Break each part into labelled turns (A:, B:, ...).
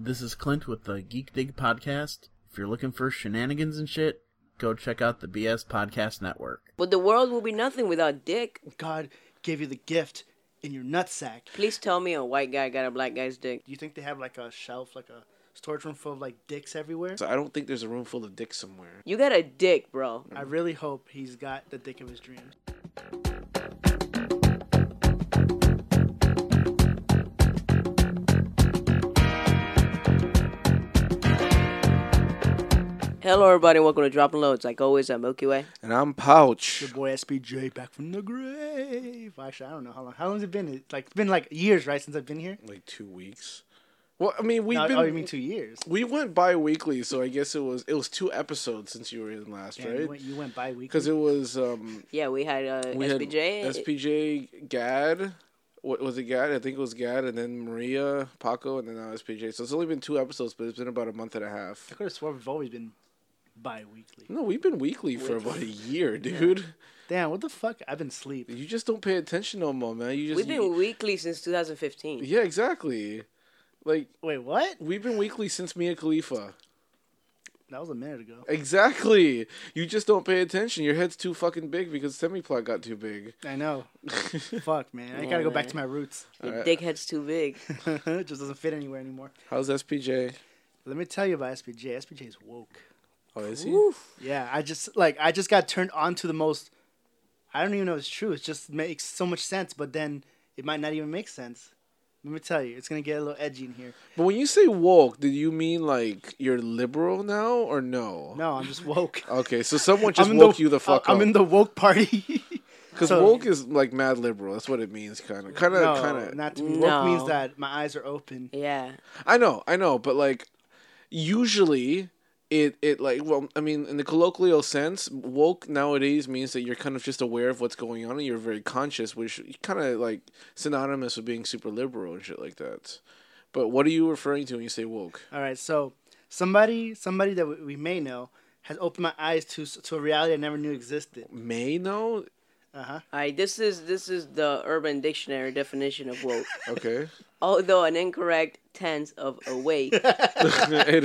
A: This is Clint with the Geek Dig Podcast. If you're looking for shenanigans and shit, go check out the BS Podcast Network.
B: But the world will be nothing without dick.
C: God gave you the gift in your nutsack.
B: Please tell me a white guy got a black guy's dick.
C: Do you think they have like a shelf, like a storage room full of like dicks everywhere?
D: So I don't think there's a room full of dicks somewhere.
B: You got a dick, bro.
C: I really hope he's got the dick of his dreams.
B: Hello, everybody. Welcome to Dropping Loads. Like always, at Milky Way.
D: And I'm Pouch.
C: Your boy SBJ back from the grave. Actually, I don't know how long. How long has it been? It's like it's been like years, right? Since I've been here.
D: Like two weeks. Well, I mean, we've
C: No,
D: been.
C: oh, you mean two years?
D: We went bi-weekly, so I guess it was it was two episodes since you were in last,
C: Damn, you
D: right?
C: went, you went bi-weekly.
D: Because it was um,
B: Yeah, we had uh,
D: we had
B: SBJ.
D: SPJ, Gad. What was it, Gad? I think it was Gad, and then Maria, Paco, and then now SPJ. So it's only been two episodes, but it's been about a month and a half.
C: I could have sworn we've always been bi-weekly.
D: No, we've been weekly for about a year, dude.
C: Damn, what the fuck? I've been asleep.
D: You just don't pay attention no more, man. You just
B: We've been
D: you-
B: weekly since 2015.
D: yeah, exactly. Like
C: Wait, what?
D: we've been weekly since Mia Khalifa.
C: That was a minute ago.
D: Exactly. You just don't pay attention. Your head's too fucking big because semiplot got too big.
C: I know. fuck, man. I gotta go back to my roots.
B: Your dickhead's too big.
C: it just doesn't fit anywhere anymore.
D: How's SPJ?
C: Let me tell you about SPJ. SPJ is woke.
D: Oh, is he?
C: Yeah, I just like I just got turned on to the most. I don't even know if it's true. It just makes so much sense, but then it might not even make sense. Let me tell you, it's gonna get a little edgy in here.
D: But when you say woke, do you mean like you're liberal now or no?
C: No, I'm just woke.
D: Okay, so someone
C: I'm
D: just
C: in
D: woke you the fuck
C: I'm
D: up.
C: in the woke party.
D: Because
C: so-
D: woke is like mad liberal. That's what it means, kind of. Kind of,
C: no,
D: kind of.
C: not to be
B: No.
C: woke means that my eyes are open.
B: Yeah.
D: I know, I know, but like usually it it like well I mean in the colloquial sense, woke nowadays means that you're kind of just aware of what's going on and you're very conscious, which kind of like synonymous with being super liberal and shit like that. But what are you referring to when you say woke?
C: All right, so somebody, somebody that we, we may know has opened my eyes to s- to a reality I never knew existed.
D: May no?
B: All right. This is this is the Urban Dictionary definition of woke.
D: Okay.
B: Although an incorrect tense of awake,
D: it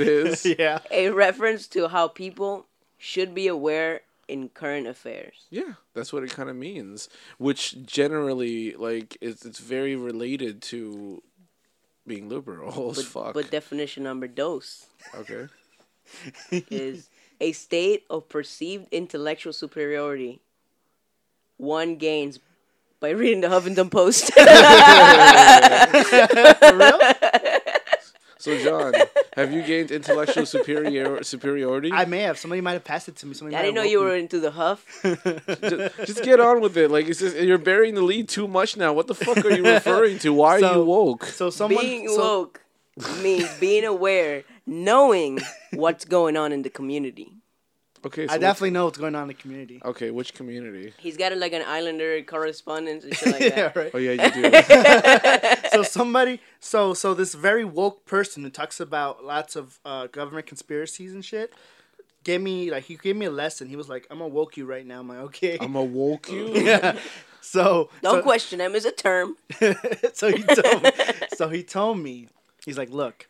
D: is.
C: Yeah,
B: a reference to how people should be aware in current affairs.
D: Yeah, that's what it kind of means, which generally like it's it's very related to being liberal as
B: But,
D: fuck.
B: but definition number dos.
D: okay.
B: is a state of perceived intellectual superiority one gains by reading the Huffington Post.
D: So, John, have you gained intellectual superior superiority?
C: I may have. Somebody might have passed it to me. Somebody
B: I
C: might
B: didn't know
C: have
B: you
C: woke
B: were into the Huff.
D: just, just get on with it. Like it's just, you're burying the lead too much now. What the fuck are you referring to? Why are
C: So-
D: you woke?
C: me. So someone,
B: Being
C: so-
B: woke means being aware, knowing what's going on in the community.
D: Okay, so
C: I
D: which-
C: definitely know what's going on in the community.
D: Okay, which community?
B: He's got like an Islander correspondence and shit like that.
C: yeah, right.
D: Oh yeah, you do.
C: so somebody so so this very woke person who talks about lots of uh, government conspiracies and shit gave me like he gave me a lesson he was like i'm gonna woke you right now i'm like okay
D: I'm a woke you.
C: so
B: Don't
C: so,
B: question him. It's a term.
C: so he told me, so he told me he's like look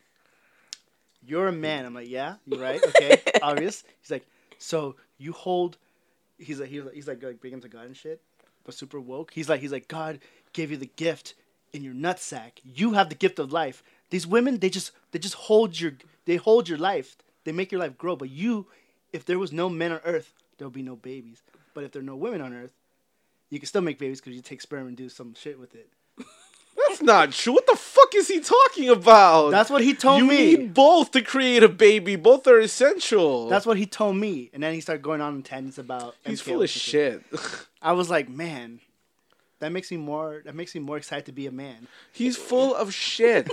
C: you're a man i'm like yeah you're right okay obvious he's like so you hold he's like he's like, he's like, like big into god and shit but super woke he's like he's like god gave you the gift in your nutsack you have the gift of life these women they just they just hold your they hold your life they make your life grow but you if there was no men on earth there would be no babies but if there are no women on earth you can still make babies because you take sperm and do some shit with it
D: That's not true. What the fuck is he talking about?
C: That's what he told
D: you
C: me.
D: need both to create a baby. Both are essential.
C: That's what he told me, and then he started going on tangents about.
D: he's
C: MK
D: full of
C: Ultra.
D: shit.
C: I was like, man, that makes me more. That makes me more excited to be a man.
D: he's full of shit.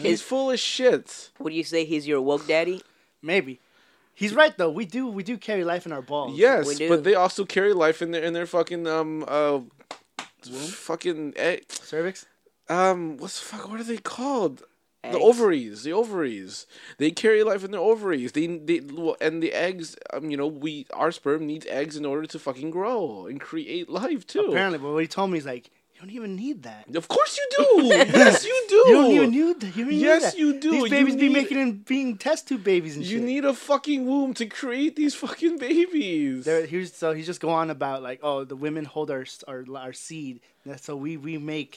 D: he's full of shit.
B: Would you say he's your woke daddy?
C: Maybe he's right though. We do we do carry life in our balls.
B: We
D: Yes,
B: do.
D: but they also carry life in their in their fucking um uh fucking eh,
C: cervix.
D: um what's the fuck what are they called?
B: Eggs.
D: The ovaries, the ovaries. They carry life in their ovaries. They they well, and the eggs. Um, you know, we our sperm needs eggs in order to fucking grow and create life too.
C: Apparently, but what he told me is like, don't even need that.
D: Of course you do. yes, you do.
C: You don't even need that. You don't even
D: Yes,
C: need that.
D: you do. You
C: These babies be
D: need-
C: making and being test tube babies and
D: You
C: shit.
D: need a fucking womb to create these fucking babies.
C: There, here's so he's just go on about like, oh, the women hold our our, our seed. That's so we we make,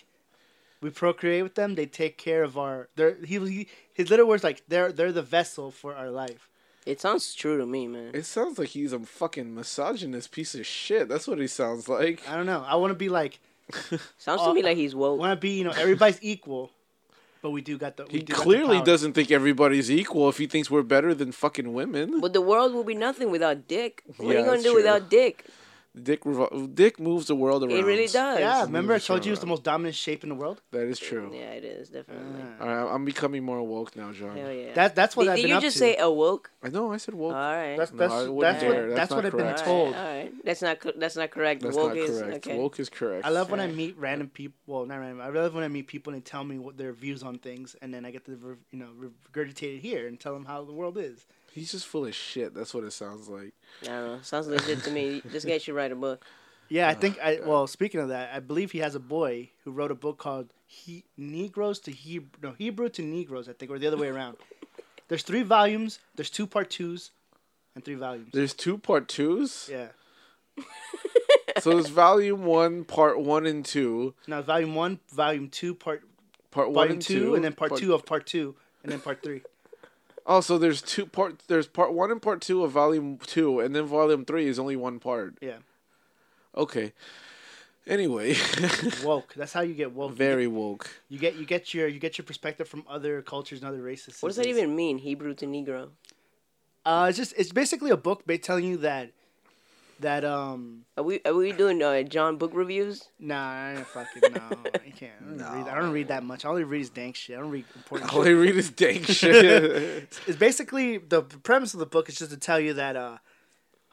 C: we procreate with them. They take care of our. They're he, he his little words like they're they're the vessel for our life.
B: It sounds true to me, man.
D: It sounds like he's a fucking misogynist piece of shit. That's what he sounds like.
C: I don't know. I want to be like,
B: Sounds
C: Uh,
B: to me like he's
C: I
B: woke.
C: want to be you know everybody's equal, but we do got the. we
D: He
C: do got the
D: clearly
C: power.
D: doesn't think everybody's equal if he thinks we're better than fucking women.
B: But the world will be nothing without Dick. What
D: Yeah,
B: are you gonna
D: that's
B: do
D: true.
B: without Dick?
D: Dick revol- Dick moves the world around.
B: It really does.
C: Yeah,
B: Yeah,
C: remember I told you it was the most dominant shape in the world.
D: That is true.
B: it is definitely.
D: All right, I'm becoming more woke now, John.
B: Hell yeah.
C: That Mm. that's what
B: did
C: I've
B: did
C: been
B: you
C: up
B: just
C: to.
B: say awoke?
D: I know I said woke.
B: All right.
C: that's
D: No,
C: that's,
D: I wouldn't
C: that's what
D: dare. That's
C: that's
D: not
C: what I've
D: correct.
C: been told.
B: All right. That's not co- that's not correct.
D: That's
B: woke
D: not
B: is
D: correct.
B: okay.
D: Woke is correct.
C: I love when I
B: Alright.
C: meet random people. Well, not random. I love when I meet people and they tell me what their views on things, and then I get to re- you know regurgitate it here and tell them how the world is.
D: He's just full of shit. That's what it sounds like.
B: I don't know. Sounds legit to me. This guy should write a book.
C: Yeah, I think.
D: Ah,
C: I well, speaking of that, I believe he has a boy who wrote a book called he- Negroes to Hebrew, no Hebrew to Negroes, I think, or the other way around. There's three volumes. There's two part twos, and three volumes.
D: There's two part twos.
C: Yeah.
D: So there's volume one, part one and two,
C: Now, volume one, volume two, part
D: part one
C: volume
D: and
C: two,
D: two,
C: and then part, two of part two, and then part three.
D: Oh, so there's two part. There's part one and part two of volume two, and then volume three is only one part.
C: Yeah,
D: Okay. Anyway,
C: woke. That's how you get woke. You
D: very woke.
C: You get you get your you get your perspective from other cultures and other races.
B: What does that even mean? Hebrew to Negro.
C: Uh, it's just it's basically a book ba- telling you that that um
B: Are we are we doing uh, John book reviews?
C: nah I ain't fucking no I can't I don't, read, I don't read that much. I only read is dank shit. I don't read important
D: All I
C: shit.
D: read is dank shit.
C: It's basically the premise of the book is just to tell you that uh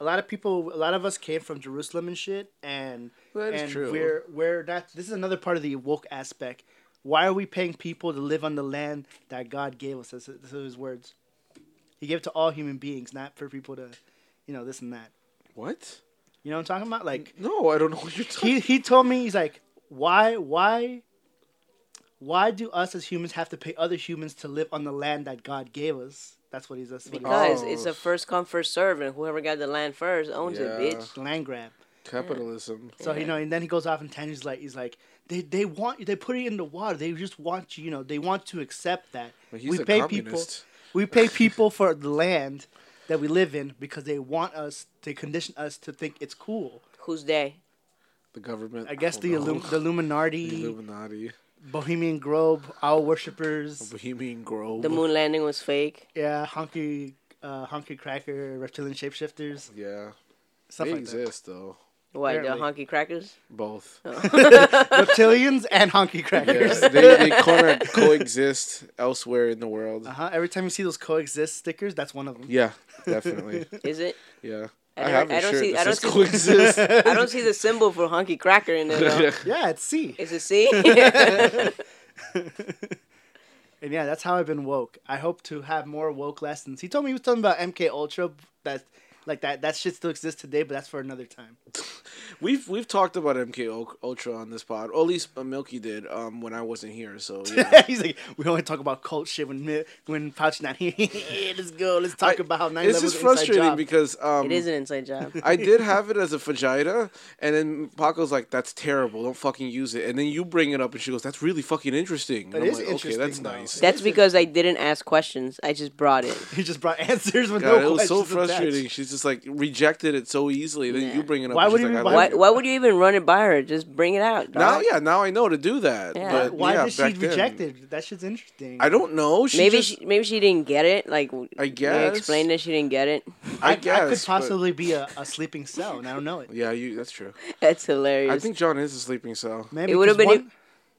C: a lot of people a lot of us came from Jerusalem and shit and
D: That is
C: and
D: true.
C: we're we're not this is another part of the woke aspect. Why are we paying people to live on the land that God gave us? That's, that's his words. He gave it to all human beings, not for people to, you know, this and that.
D: what?
C: You know what I'm talking about? Like
D: No, I don't know what you're talking.
C: he he told me he's like, why why why do us as humans have to pay other humans to live on the land that God gave us? That's what he's that's what he-
B: Because
D: Oh.
B: it's a first come first serve, and whoever got the land first owns it,
D: Yeah.
B: bitch.
C: land grab.
D: Capitalism.
C: So you know, and then he goes off and tangents like he's like, they they want you, they put it in the water. They just want you, you know, they want to accept that
D: But he's a
C: people,
D: communist.
C: we pay people for the land that we live in because they want us, they condition us to think it's cool.
B: Who's they?
D: The government.
C: I guess
D: Oh,
C: the,
D: no.
C: Illum- the
D: The
C: Illuminati,
D: Illuminati.
C: Bohemian Grove, owl worshippers,
D: Bohemian Grove.
B: The moon landing was fake.
C: yeah, honky, uh, honky cracker, reptilian shapeshifters,
D: Yeah,
C: stuff
D: they
C: like
D: exist though.
B: What the
C: Apparently.
B: honky crackers?
D: Both.
C: Oh. that. Reptilians and honky
D: Yeah,
C: crackers.
D: they they co- coexist elsewhere in the world.
C: Uh huh. Every time you see those coexist stickers, that's one of them.
D: Yeah, definitely.
B: Is it?
D: Yeah.
B: I
D: I,
B: don't-
D: have a
B: I don't
D: shirt
B: see-
D: that
B: I don't
D: says
B: see-
D: coexist.
B: I don't see the symbol for honky cracker in there. Though.
C: Yeah, it's C.
B: Is it C?
C: And yeah, that's how I've been woke. I hope to have more woke lessons. He told me he was talking about MK Ultra. That like that that shit still exists today, but that's for another time.
D: We've we've talked about MK Ul- Ultra on this pod, or at least uh, Milky did um, when I wasn't here. So yeah.
C: He's like, we only talk about cult shit when Mi- when Pouch not here. let's go. Let's talk about how nine
D: it's
C: levels
D: just
C: is an inside
D: frustrating
C: job.
D: because um,
B: it is an inside job.
D: I did have it as a vagina, and then Paco's like, "That's terrible. Don't fucking use it." And then you bring it up, and she goes, "That's really fucking interesting." And
C: It
D: I'm
C: is
D: like,
C: interesting,
D: "Okay, that's
C: though.
D: nice."
B: That's because I didn't ask questions. I just brought it.
C: he just brought answers with
D: God,
C: no
D: it was so
C: questions attached.
D: frustrating. She's just like rejected it so easily. Then
B: Yeah.
D: you bring it up.
C: Why
D: and
C: would
D: she's
C: you
D: like, I
C: even-
B: Why,
D: like it.
B: why would you even run it by her? Just bring it out.
D: Now,
B: dog.
D: yeah, now I know to do that.
B: Yeah.
D: But
C: Why
D: yeah,
C: did she
D: back then-
C: reject it? That shit's interesting.
D: I don't know. She
B: Maybe
D: just-
B: she maybe she didn't get it. Like w-
D: I
B: they
D: guess.
B: explained that she didn't get it.
D: I, guess.
C: I could
D: but-
C: possibly be a, a sleeping cell, and I don't know it.
D: Yeah, you. That's true.
B: That's hilarious.
D: I think John is a sleeping cell.
C: Maybe
B: It would've
C: 'cause
B: been
C: one-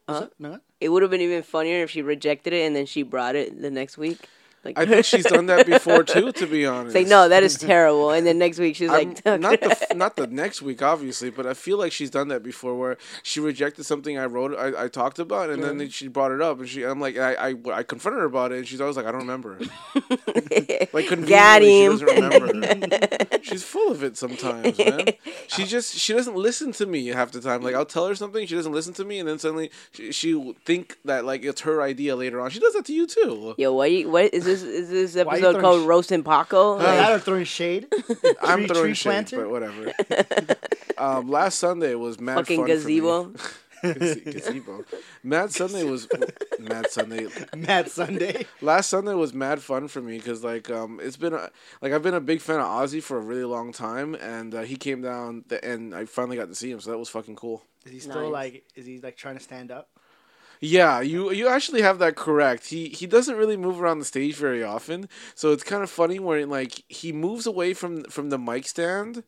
B: if-
C: Was it- no?
B: it would have been even funnier if she rejected it and then she brought it the next week. Like,
D: I think she's done that before too. To be honest,
B: Say no, that is terrible. And then next week she's
D: I'm-
B: like,
D: not the f- not the next week, obviously, but I feel like she's done that before, where she rejected something I wrote, I, I talked about, and then she brought it up, and she, I'm like, I, I, I confronted her about it, and she's always like, I don't remember. like, conveniently,
B: Got
D: she
B: him.
D: doesn't remember. she's full of it sometimes, man. She just she doesn't listen to me half the time. Like, I'll tell her something, she doesn't listen to me, and then suddenly she, she'll think that like it's her idea later on. She does that to you too.
B: Yo, what? You, what is this? Is this
C: Why you
B: episode
C: throwing
B: called
C: sh-
B: Roast and Paco?
C: Like, I
B: Like,
C: don't throwing shade.
D: I'm
C: Tree-
D: throwing
C: tree
D: shade,
C: planter?
D: but whatever. um, last Sunday was mad
B: fucking
D: fun for me.
B: gazebo.
D: Gaze- gazebo. Mad Sunday was Mad Sunday.
C: Mad Sunday.
D: Last Sunday was mad fun for me because like um it's been a, like I've been a big fan of Ozzy for a really long time and uh, he came down th- and I finally got to see him so that was fucking cool.
C: Is he
B: Nice.
C: still like? Is he like trying to stand up?
D: Yeah, you you actually have that correct. He he doesn't really move around the stage very often, so it's kind of funny where like he moves away from from the mic stand,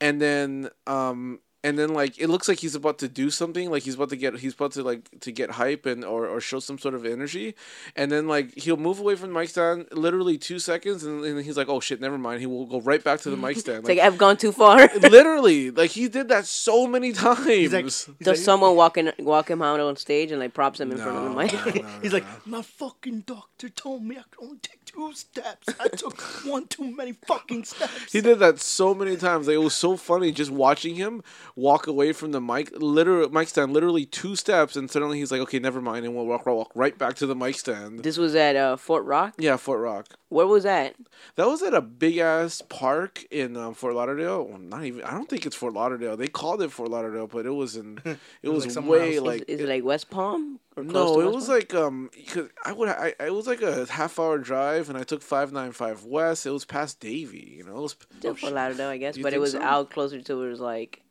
D: and then um and then like it looks like he's about to do something, like he's about to get he's about to like to get hype and or or show some sort of energy, and then like he'll move away from the mic stand literally two seconds, and, and he's like, oh shit, never mind. He will go right back to the mic stand.
B: It's like I've gone too far.
D: literally, like he did that so many times.
C: He's like, he's
B: Does
C: like-
B: someone walk in, walk him out on stage and like props him in front of the
D: No,
B: mic?
D: no, no,
C: He's
D: no.
C: like, my fucking doctor told me I could only take two steps. I took one too many fucking steps.
D: He did that so many times. Like it was so funny just watching him walk away from the mic, literally mic stand, literally two steps, and suddenly he's like, "Okay, never mind," and we'll walk, walk, walk right back to the mic stand.
B: This was at uh, Fort Rock.
D: yeah, Fort Rock.
B: Where was that?
D: That was at a big ass park in um, Fort Lauderdale. Well, not even. I don't think it's Fort Lauderdale. They called it Fort Lauderdale, but it was in. It, was,
C: like somewhere
D: way
C: else.
D: like. Oh,
B: Is it like West Palm? Or close
D: no,
B: to
D: it
B: West
D: was
B: Palm?
D: like um, cause I would I it was like a half hour drive, and I took five nine five west. It was past Davy, you know. It was
B: Still
D: oh,
B: Fort
D: shit.
B: Lauderdale, I guess,
D: You
B: but it
D: think
B: was
D: so?
B: out closer to where it was like,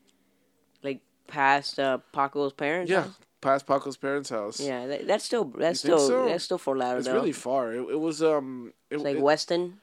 B: like past uh, Paco's parents.
D: Yeah,
B: house?
D: past Paco's parents' house.
B: yeah. That, that's still that's
D: You think
B: still
D: so?
B: that's still Fort Lauderdale.
D: It's really far. It, it was um. It,
B: It's like
D: it-
B: Weston.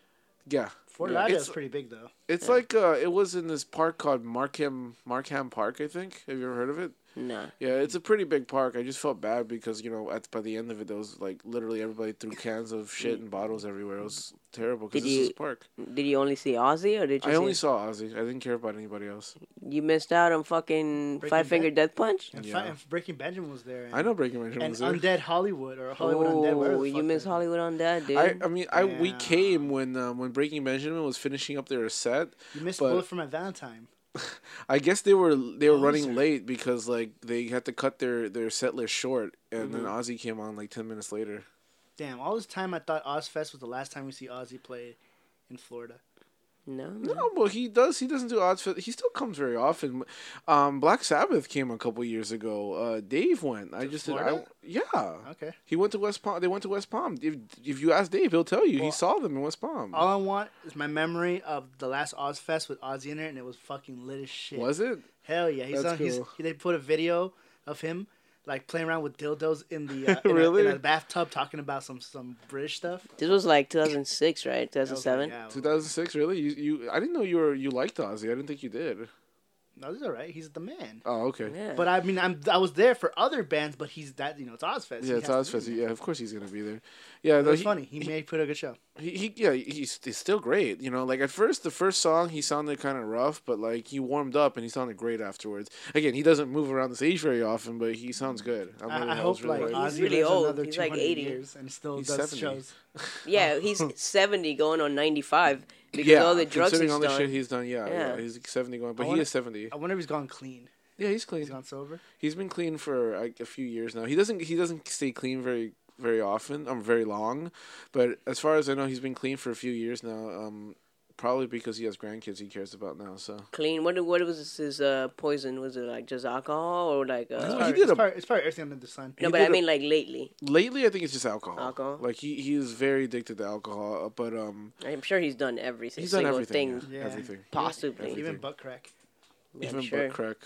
D: Yeah,
C: Fort
D: Yeah.
C: Lauderdale's
D: It's-
C: pretty big though.
D: it's like uh, it was in this park called Markham Markham Park. I think. Have you ever heard of it?
B: Nah.
D: Yeah, it's a pretty big park. I just felt bad because you know at by the end of it, there was like literally everybody threw cans of shit and bottles everywhere. It was terrible because
B: Did
D: this is
B: you-
D: park.
B: Did you only see Ozzy or did you?
D: I
B: see
D: only saw Ozzy. I didn't care about anybody else.
B: You missed out on fucking
C: Breaking
B: Five Finger
C: Bad?
B: Death Punch.
C: And,
D: Yeah.
C: fi- and Breaking Benjamin was there. And,
D: I know Breaking Benjamin
C: And
D: was there.
C: Undead Hollywood or Hollywood Undead. whatever
B: Oh,
C: the
B: you
C: fuck
B: miss
C: that-
B: Hollywood Undead, dude.
D: I, uh, I mean, I we
C: Yeah.
D: came when um, when Breaking Benjamin was finishing up their set.
C: You missed
D: but-
C: Bullet for My Valentine.
D: I guess they were they were running
C: Loser.
D: late because like they had to cut their their set list short, and then
C: Mm-hmm.
D: Ozzy came on like ten minutes later.
C: Damn, all this time I thought Ozfest was the last time we see Ozzy play in Florida.
B: no,
C: Mm-hmm.
B: no.
D: No, well he does he doesn't do odds for he still comes very often. Um, Black Sabbath came a couple years ago. Uh, Dave went. I just did. I,
C: Florida?
D: yeah.
C: Okay.
D: He went to West Palm. They went to West Palm. If, if you ask Dave, he'll tell you he
C: Well, oh,
D: saw them in West Palm.
C: All I want is my memory of the last Ozfest with Ozzy in it, and it was fucking lit as shit.
D: Was it?
C: Hell yeah, he's
D: That's
C: on. He's,
D: cool.
C: he, they put a video of him like playing around with dildos in the uh, in,
D: Really?
C: a, in a bathtub, talking about some some British stuff.
B: This was like 2006, right?
C: That was
B: 2007.
C: Like, yeah,
D: 2006. Really? You, you I didn't know you were you liked Ozzy. I didn't think you did.
C: no, this is all right. He's the man.
D: Oh, okay.
B: yeah.
C: But I mean, I'm I was there for other bands, but he's that you know it's Ozfest. He
D: Yeah, it's
C: has to be
D: Ozfest.
C: there.
D: Yeah, of course he's gonna be there. Yeah,
C: But
D: no,
C: It's
D: he-
C: funny. He, may put a good show.
D: he, he yeah he's, he's still great you know like at first the first song he sounded kind of rough but like he warmed up and he sounded great afterwards again he doesn't move around the stage very often but he sounds good I'm
C: I,
D: really-
C: I hope
D: was really
C: like
D: like-
C: Ozzy
B: He's really
C: lives
B: old.
C: another
B: He's
C: two
B: like
C: hundred
B: 80.
C: years and still
D: He's
C: does
D: 70.
C: shows.
B: yeah, he's 70 going on 95 because
D: yeah
B: all the drugs
D: considering
B: he's
D: all
B: done.
D: the shit he's done yeah, yeah
B: Yeah.
D: he's like 70 going
C: I
D: but he
C: wanna-
D: is 70
C: I wonder if he's gone clean.
D: yeah he's
C: He's
D: clean
C: gone sober.
D: he's been clean for like a few years now he doesn't he doesn't stay clean very very often um very long but as far as I know he's been clean for a few years now um probably because he has grandkids he cares about now so
B: Clean. What what was his uh, poison? Was it like just alcohol or like
D: Oh, he
B: uh,
C: Probably-
D: did
C: it's
D: a-
C: probably, it's probably everything under the sun.
B: no?
D: he
B: But
D: did
B: I
D: a-
B: mean like lately.
D: Lately, I think it's just alcohol.
B: Alcohol.
D: Like he, he is very addicted to alcohol, but um,
B: I'm sure he's done every si-
D: he's done
B: single
D: everything.
B: thing
D: Yeah.
C: Yeah.
D: Everything.
B: possibly.
D: Everything.
C: Even butt crack.
B: Yeah, I'm
D: Even
B: sure.
D: butt crack.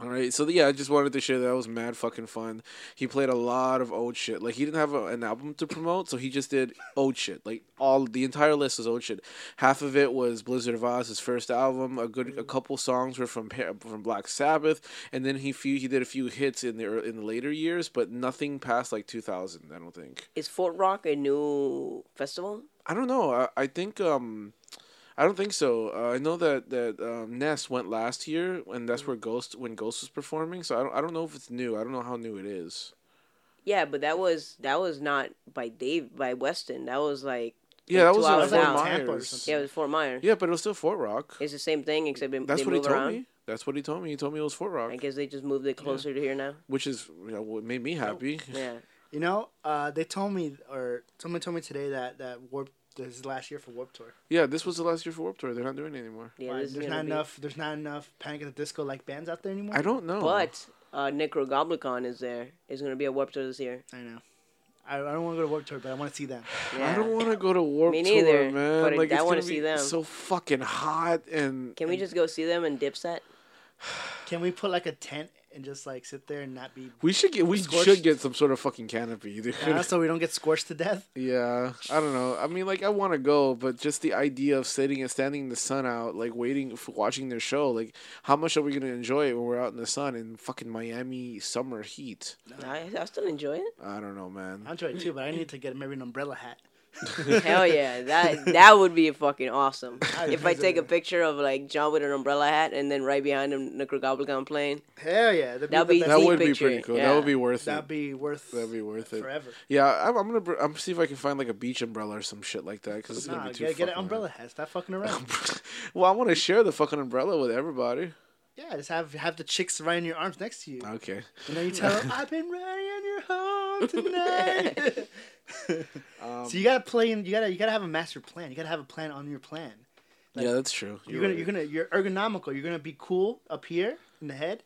D: All right, so yeah, I just wanted to share that. that was mad fucking fun. He played a lot of old shit. Like he didn't have a, an album to promote, so he just did old shit. Like all the entire list was old shit. Half of it was Blizzard of Oz, his first album. A good a couple songs were from Pa- from Black Sabbath, and then he few he did a few hits in the ear- in the later years, but nothing past like 2000. I don't think.
B: Is Fort Rock a new festival?
D: I don't know. I, I think um, I don't think so. Uh, I know that that um, Ness went last year, and that's where Ghost when Ghost was performing. So I don't I don't know if it's new. I don't know how new it is.
B: Yeah, but that was that was not by Dave by Weston. That was like
D: Yeah, that
B: two
D: was
B: hours
D: in Fort
B: out.
C: Tampa or
D: Myers.
C: something.
B: yeah, it was Fort Myers.
D: Yeah, but it was still Fort Rock.
B: It's the same thing except they,
D: That's
B: they
D: what he
B: move
D: told
B: around.
D: me. That's what he told me. He told me it was Fort Rock,
B: I guess they just moved it closer to here now.
D: which is you know, what made me happy.
B: Yeah.
C: You know, uh, they told me, or someone told me today that that Warp this is last year for Warp Tour.
D: Yeah, this was the last year for Warped Tour. They're not doing it anymore.
B: Yeah,
C: Why?
B: this is
C: there's
B: gonna
C: not
B: be-
C: enough. There's not enough Panic at the Disco like bands out there anymore.
D: I don't know.
B: But uh, Necrogoblicon is there. It's gonna be a Warped Tour this year.
C: I know. I, I don't want to go to Warp Tour, but I want to see them.
B: Yeah.
D: I don't want to go to Warped
B: Me
D: Tour,
B: neither,
D: man.
B: but
D: like
B: I
D: it's
B: wanna
D: gonna
B: see
D: be
B: them.
D: so fucking hot and
B: Can we just go see them and Dipset?
C: Can we put like a tent and just like sit there and not be?
D: we should get we
C: Scorched?
D: should get some sort of fucking canopy, dude.
C: Yeah, so we don't get scorched to death.
D: Yeah, I don't know. I mean, like, I want to go, but just the idea of sitting and standing in the sun out, like, waiting for watching their show, like, how much are we gonna enjoy it when we're out in the sun in fucking Miami summer heat?
B: I, I still enjoy it.
D: I don't know, man.
C: I enjoy it too, but I need to get maybe an umbrella hat.
B: Hell yeah, that that would be fucking awesome. if I
C: Amazing.
B: take a picture of like John with an umbrella hat and then right behind him Necrogoblicon playing,
C: Hell yeah, that'd
B: That'd
C: be,
B: be-
C: the
D: That
C: best-
B: Sneak
D: would be
B: picture,
D: pretty cool. That
B: yeah.
D: would be worth
C: that'd
D: it.
C: be worth.
D: That'd be worth it.
C: forever.
D: Yeah, I'm, I'm gonna br- I'm see if I can find like a beach umbrella or some shit like that because it's
C: Nah,
D: gonna be too.
C: get, get an
D: fucking
C: umbrella hat. Stop fucking around.
D: hot. well, I want to share the fucking umbrella with everybody.
C: yeah, just have have the chicks right in your arms next to you,
D: Okay.
C: and then you tell them, "I've been riding on your home tonight."
D: Um,
C: so you gotta play, and you gotta you gotta have a master plan. You gotta have a plan on your plan.
D: yeah, that's true.
C: You're gonna
D: right.
C: you're gonna you're ergonomical. You're gonna be cool up here in the head,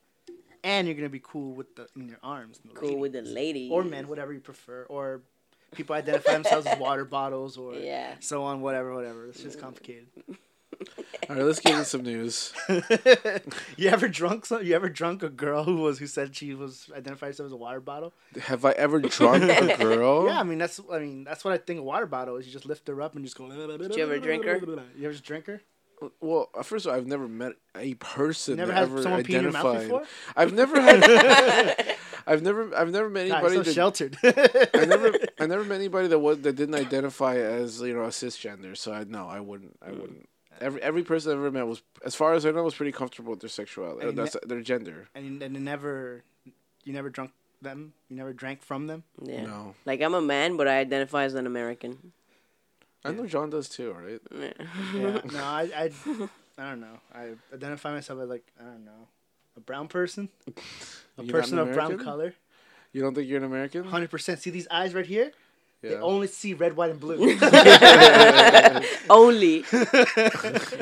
C: and you're gonna be cool with the in your arms. in the
B: cool
C: lady.
B: with the lady
C: or men, whatever you prefer, or people identify themselves as water bottles or
B: Yeah.
C: so on, whatever, whatever. It's just complicated.
D: All right, let's get into some news.
C: you ever drunk some, you ever drunk a girl who was who said she was identified herself as a water bottle?
D: Have I ever drunk a girl?
C: Yeah, I mean that's I mean that's what I think a water bottle is. You just lift her up and just go. Did
B: you ever drink her?
C: You ever just drink her?
D: Well, uh, first of all, I've never met a person
C: Never
D: that
C: had
D: ever
C: someone pee in your mouth
D: identified.
C: before?
D: I've never had. I've never. I've never met
C: God, you're
D: anybody.
C: so
D: that,
C: sheltered.
D: I never. I never met anybody that was that didn't identify as you know a cisgender. So I no, I wouldn't.
B: Mm.
D: I wouldn't. Every every person I ever met was, as far as I know, was pretty comfortable with their sexuality, uh,
C: And
D: that's, their gender.
C: and you, and you never you never drunk them. You never drank from them.
B: Yeah.
D: No,
B: Like I'm a man, but I identify as an American.
D: I know John does too. All right.
B: Yeah.
C: Yeah, no, I, I, I don't know. I identify myself as like I don't know, a brown person, a
D: You're not
C: person of brown
D: American?
C: color.
D: You don't think you're an American?
C: Hundred percent. See these eyes right here? They
D: Yeah.
C: only see red, white, and blue.
B: Only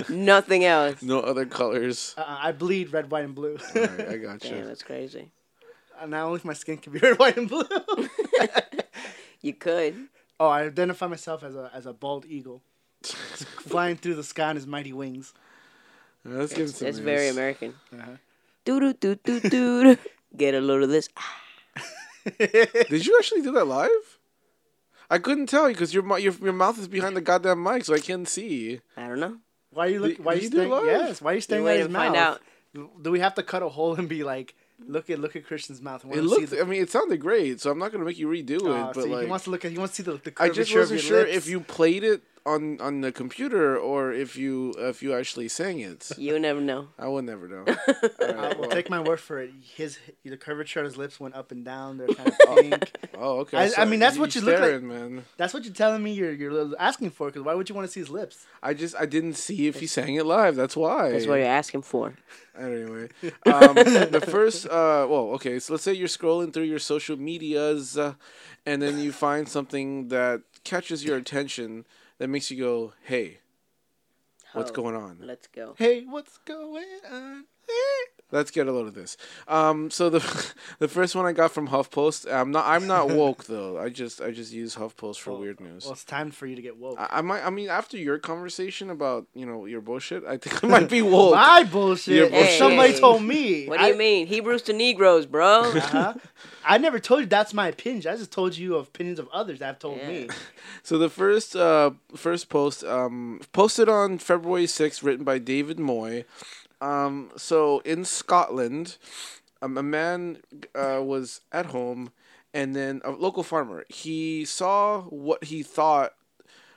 B: nothing else.
D: No other colors.
C: uh, I bleed red, white, and blue.
D: All right, I got
B: Damn,
D: you.
B: that's crazy.
C: And Not only my skin can be red, white, and blue.
B: You could.
C: oh, I identify myself as a as a bald eagle, flying through the sky on his mighty wings.
D: All right, let's get into
B: That's
D: news.
B: very American.
C: Uh-huh.
B: Doo doo doo doo doo. Get a load of this.
D: Did you actually do that live? I couldn't tell you because your, mi- your your mouth is behind the goddamn mic, so I can't see.
B: I don't know.
C: Why are you look?
D: Did-
C: Why are
D: did
C: you
D: you do
C: staring?
D: live?
C: Yes. Why are you
B: You
C: staring at
B: wait
C: his
B: to find
C: mouth?
B: out.
C: Do we have to cut a hole and be like, look at look at Christian's mouth? I wanna
D: It
C: see
D: looked.
C: the-
D: I mean, it sounded great, so I'm not gonna make you redo it.
C: Oh,
D: but
C: so
D: like,
C: he wants to look at. He wants to see the. the
D: I just
C: curvature of
D: wasn't
C: your
D: sure
C: lips.
D: if you played it on on the computer or if you if you actually sang it.
B: You never know.
D: I would never know.
C: Uh,
D: All right,
C: well,
D: well,
C: take my word for it. His the curvature of his lips went up and down. They're kind of pink.
D: oh, okay.
C: I- I mean, that's
D: you-
C: what
D: you
C: you look like.
D: staring, man.
C: That's what you're telling me. You're you're asking for because why would you want to see his lips?
D: I just I didn't see if he sang it live. That's why.
B: That's what you're asking for.
D: Anyway, um, the first, uh, well, okay, so let's say you're scrolling through your social medias uh, and then you find something that catches your attention that makes you go, hey, what's
B: Oh,
D: going on?
B: Let's go.
C: Hey, what's going on? Eh.
D: Let's get a load of this. Um, so the the first one I got from HuffPost. I'm not I'm not woke though. I just I just use HuffPost for weird news.
C: Well, it's time for you to get woke.
D: I, I might. I mean, after your conversation about you know your bullshit, I think I might be woke.
C: My bullshit.
D: Your
C: Well, Somebody
B: bullshit.
C: told me.
B: What do you
C: I-
B: mean? Hebrews to Negroes, bro.
C: Uh-huh. I never told you that's my opinion. I just told you of opinions of others that have told
B: Yeah.
C: me.
D: So the first uh, first post um, posted on February 6th, written by David Moy. Um, so in Scotland, um, a man uh, was at home, and then a local farmer he saw what he thought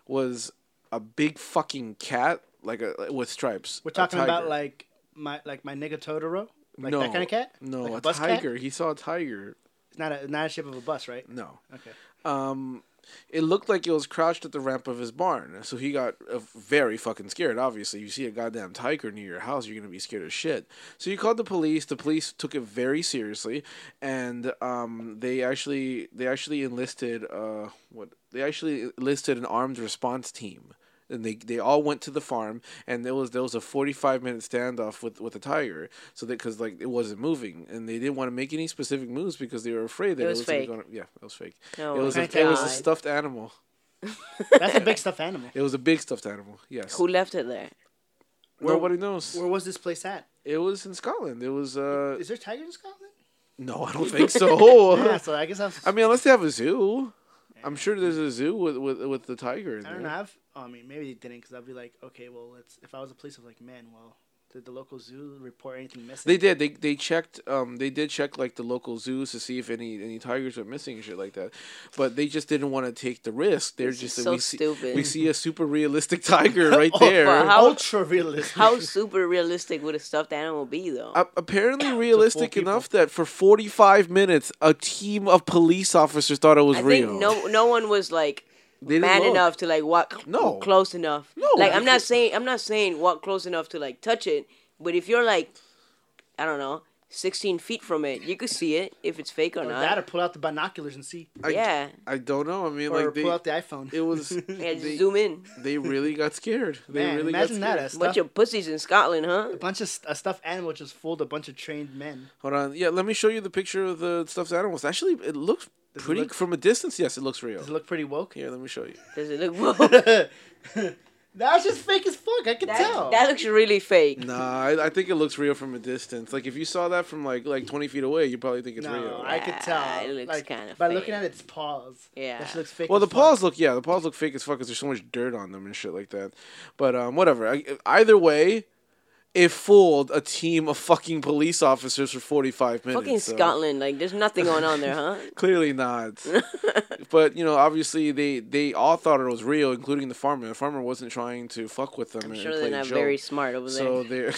D: was a big fucking cat, like a with stripes.
C: We're
D: a
C: talking about
D: tiger.
C: like my like my nigga Totoro, like that kind of cat.
D: No,
C: like
D: a,
C: bus cat?
D: tiger. He saw a tiger.
C: It's not a not a shape of a bus, right?
D: No.
C: Okay.
D: um, it looked like it was crouched at the ramp of his barn. So he got uh, very fucking scared. Obviously, you see a goddamn tiger near your house, you're gonna be scared as shit. So you called the police. The police took it very seriously, and um, they actually they actually enlisted uh, what they actually enlisted an armed response team. And they, they all went to the farm, and there was there was a forty five minute standoff with with the tiger, so that because like it wasn't moving, and they didn't want to make any specific moves because they were afraid that
B: It was
D: wasn't
B: fake.
D: Gonna, yeah, it was fake.
B: No,
D: It was
B: my
D: a, it was a
B: God.
D: stuffed animal.
C: That's a big stuffed animal.
D: It was a big stuffed animal. Yes.
B: Who left it there?
D: Nobody knows.
C: Where was this place at?
D: It was in Scotland. It was uh
C: Is there tigers in Scotland?
D: no, I don't think so.
C: Yeah, so I guess I, was,
D: I mean, unless they have a zoo. I'm sure there's a zoo with with, with the tiger in
C: I don't
D: there.
C: know. I've, oh, I mean, maybe they didn't, because I'd be like, okay, well, let's. If I was a police, I was like, man, well, did the local zoo report anything missing?
D: They did. They they checked. Um, they did check like the local zoos to see if any any tigers were missing and shit like that. But they just didn't want to take the risk. They're
B: This is
D: just
B: so
D: we see
B: stupid.
D: we see a super realistic tiger right there.
B: but how-
C: Ultra realistic.
B: How super realistic would a stuffed animal be, though?
D: A- apparently realistic
C: people.
D: enough that for 45 minutes a team of police officers thought it was
B: I
D: real.
B: think no no one was like
D: didn't
B: man
D: look.
B: enough to like walk
D: No.
B: close enough.
D: No,
B: like
D: they
B: I'm not
D: could-
B: saying I'm not saying walk close enough to like touch it, but if you're like, I don't know, 16 feet from it, you could see it if it's fake or
C: Or
B: not.
C: that, or pull out the binoculars and see,
D: I,
B: yeah,
D: I don't know. I mean
C: or
D: like they,
C: pull out the iPhone.
D: it was
B: yeah, just
D: they,
B: zoom in.
D: they really got scared. They
C: Man,
D: really
C: imagine
D: got
C: that.
D: scared.
C: A
B: Bunch
C: stuffed,
B: of pussies in Scotland, huh?
C: a bunch of st- a stuffed animal just fooled a bunch of trained men.
D: Hold on. Yeah, let me show you the picture of the stuffed animals. Actually, it looks
C: it
D: pretty
C: look-
D: from a distance. Yes, it looks real.
C: Does it look pretty woke?
D: Here, let me show you.
B: Does it look? Whoa,
C: That's just fake as fuck. I can
B: that,
C: tell.
B: that looks really fake.
D: Nah, I, I think it looks real from a distance. Like if you saw that from like like 20 feet away, you probably think it's
C: no,
D: real.
C: I could
B: Ah,
C: tell.
B: it looks
C: like,
B: kinda
C: by
B: fake.
C: looking at its paws.
B: Yeah.
C: that shit looks fake.
D: Well, the
C: as fuck.
D: paws look yeah, the paws look fake as fuck because there's so much dirt on them and shit like that. But um, whatever. I, either way, it fooled a team of fucking police officers for 45 minutes.
B: Fucking
D: so
B: Scotland, like there's nothing going on there, huh?
D: Clearly not. but you know, obviously they they all thought it was real, including the farmer. The farmer wasn't trying to fuck with them.
B: I'm
D: and
B: sure
D: play
B: they're
D: a
B: not
D: joke.
B: very smart over
D: So they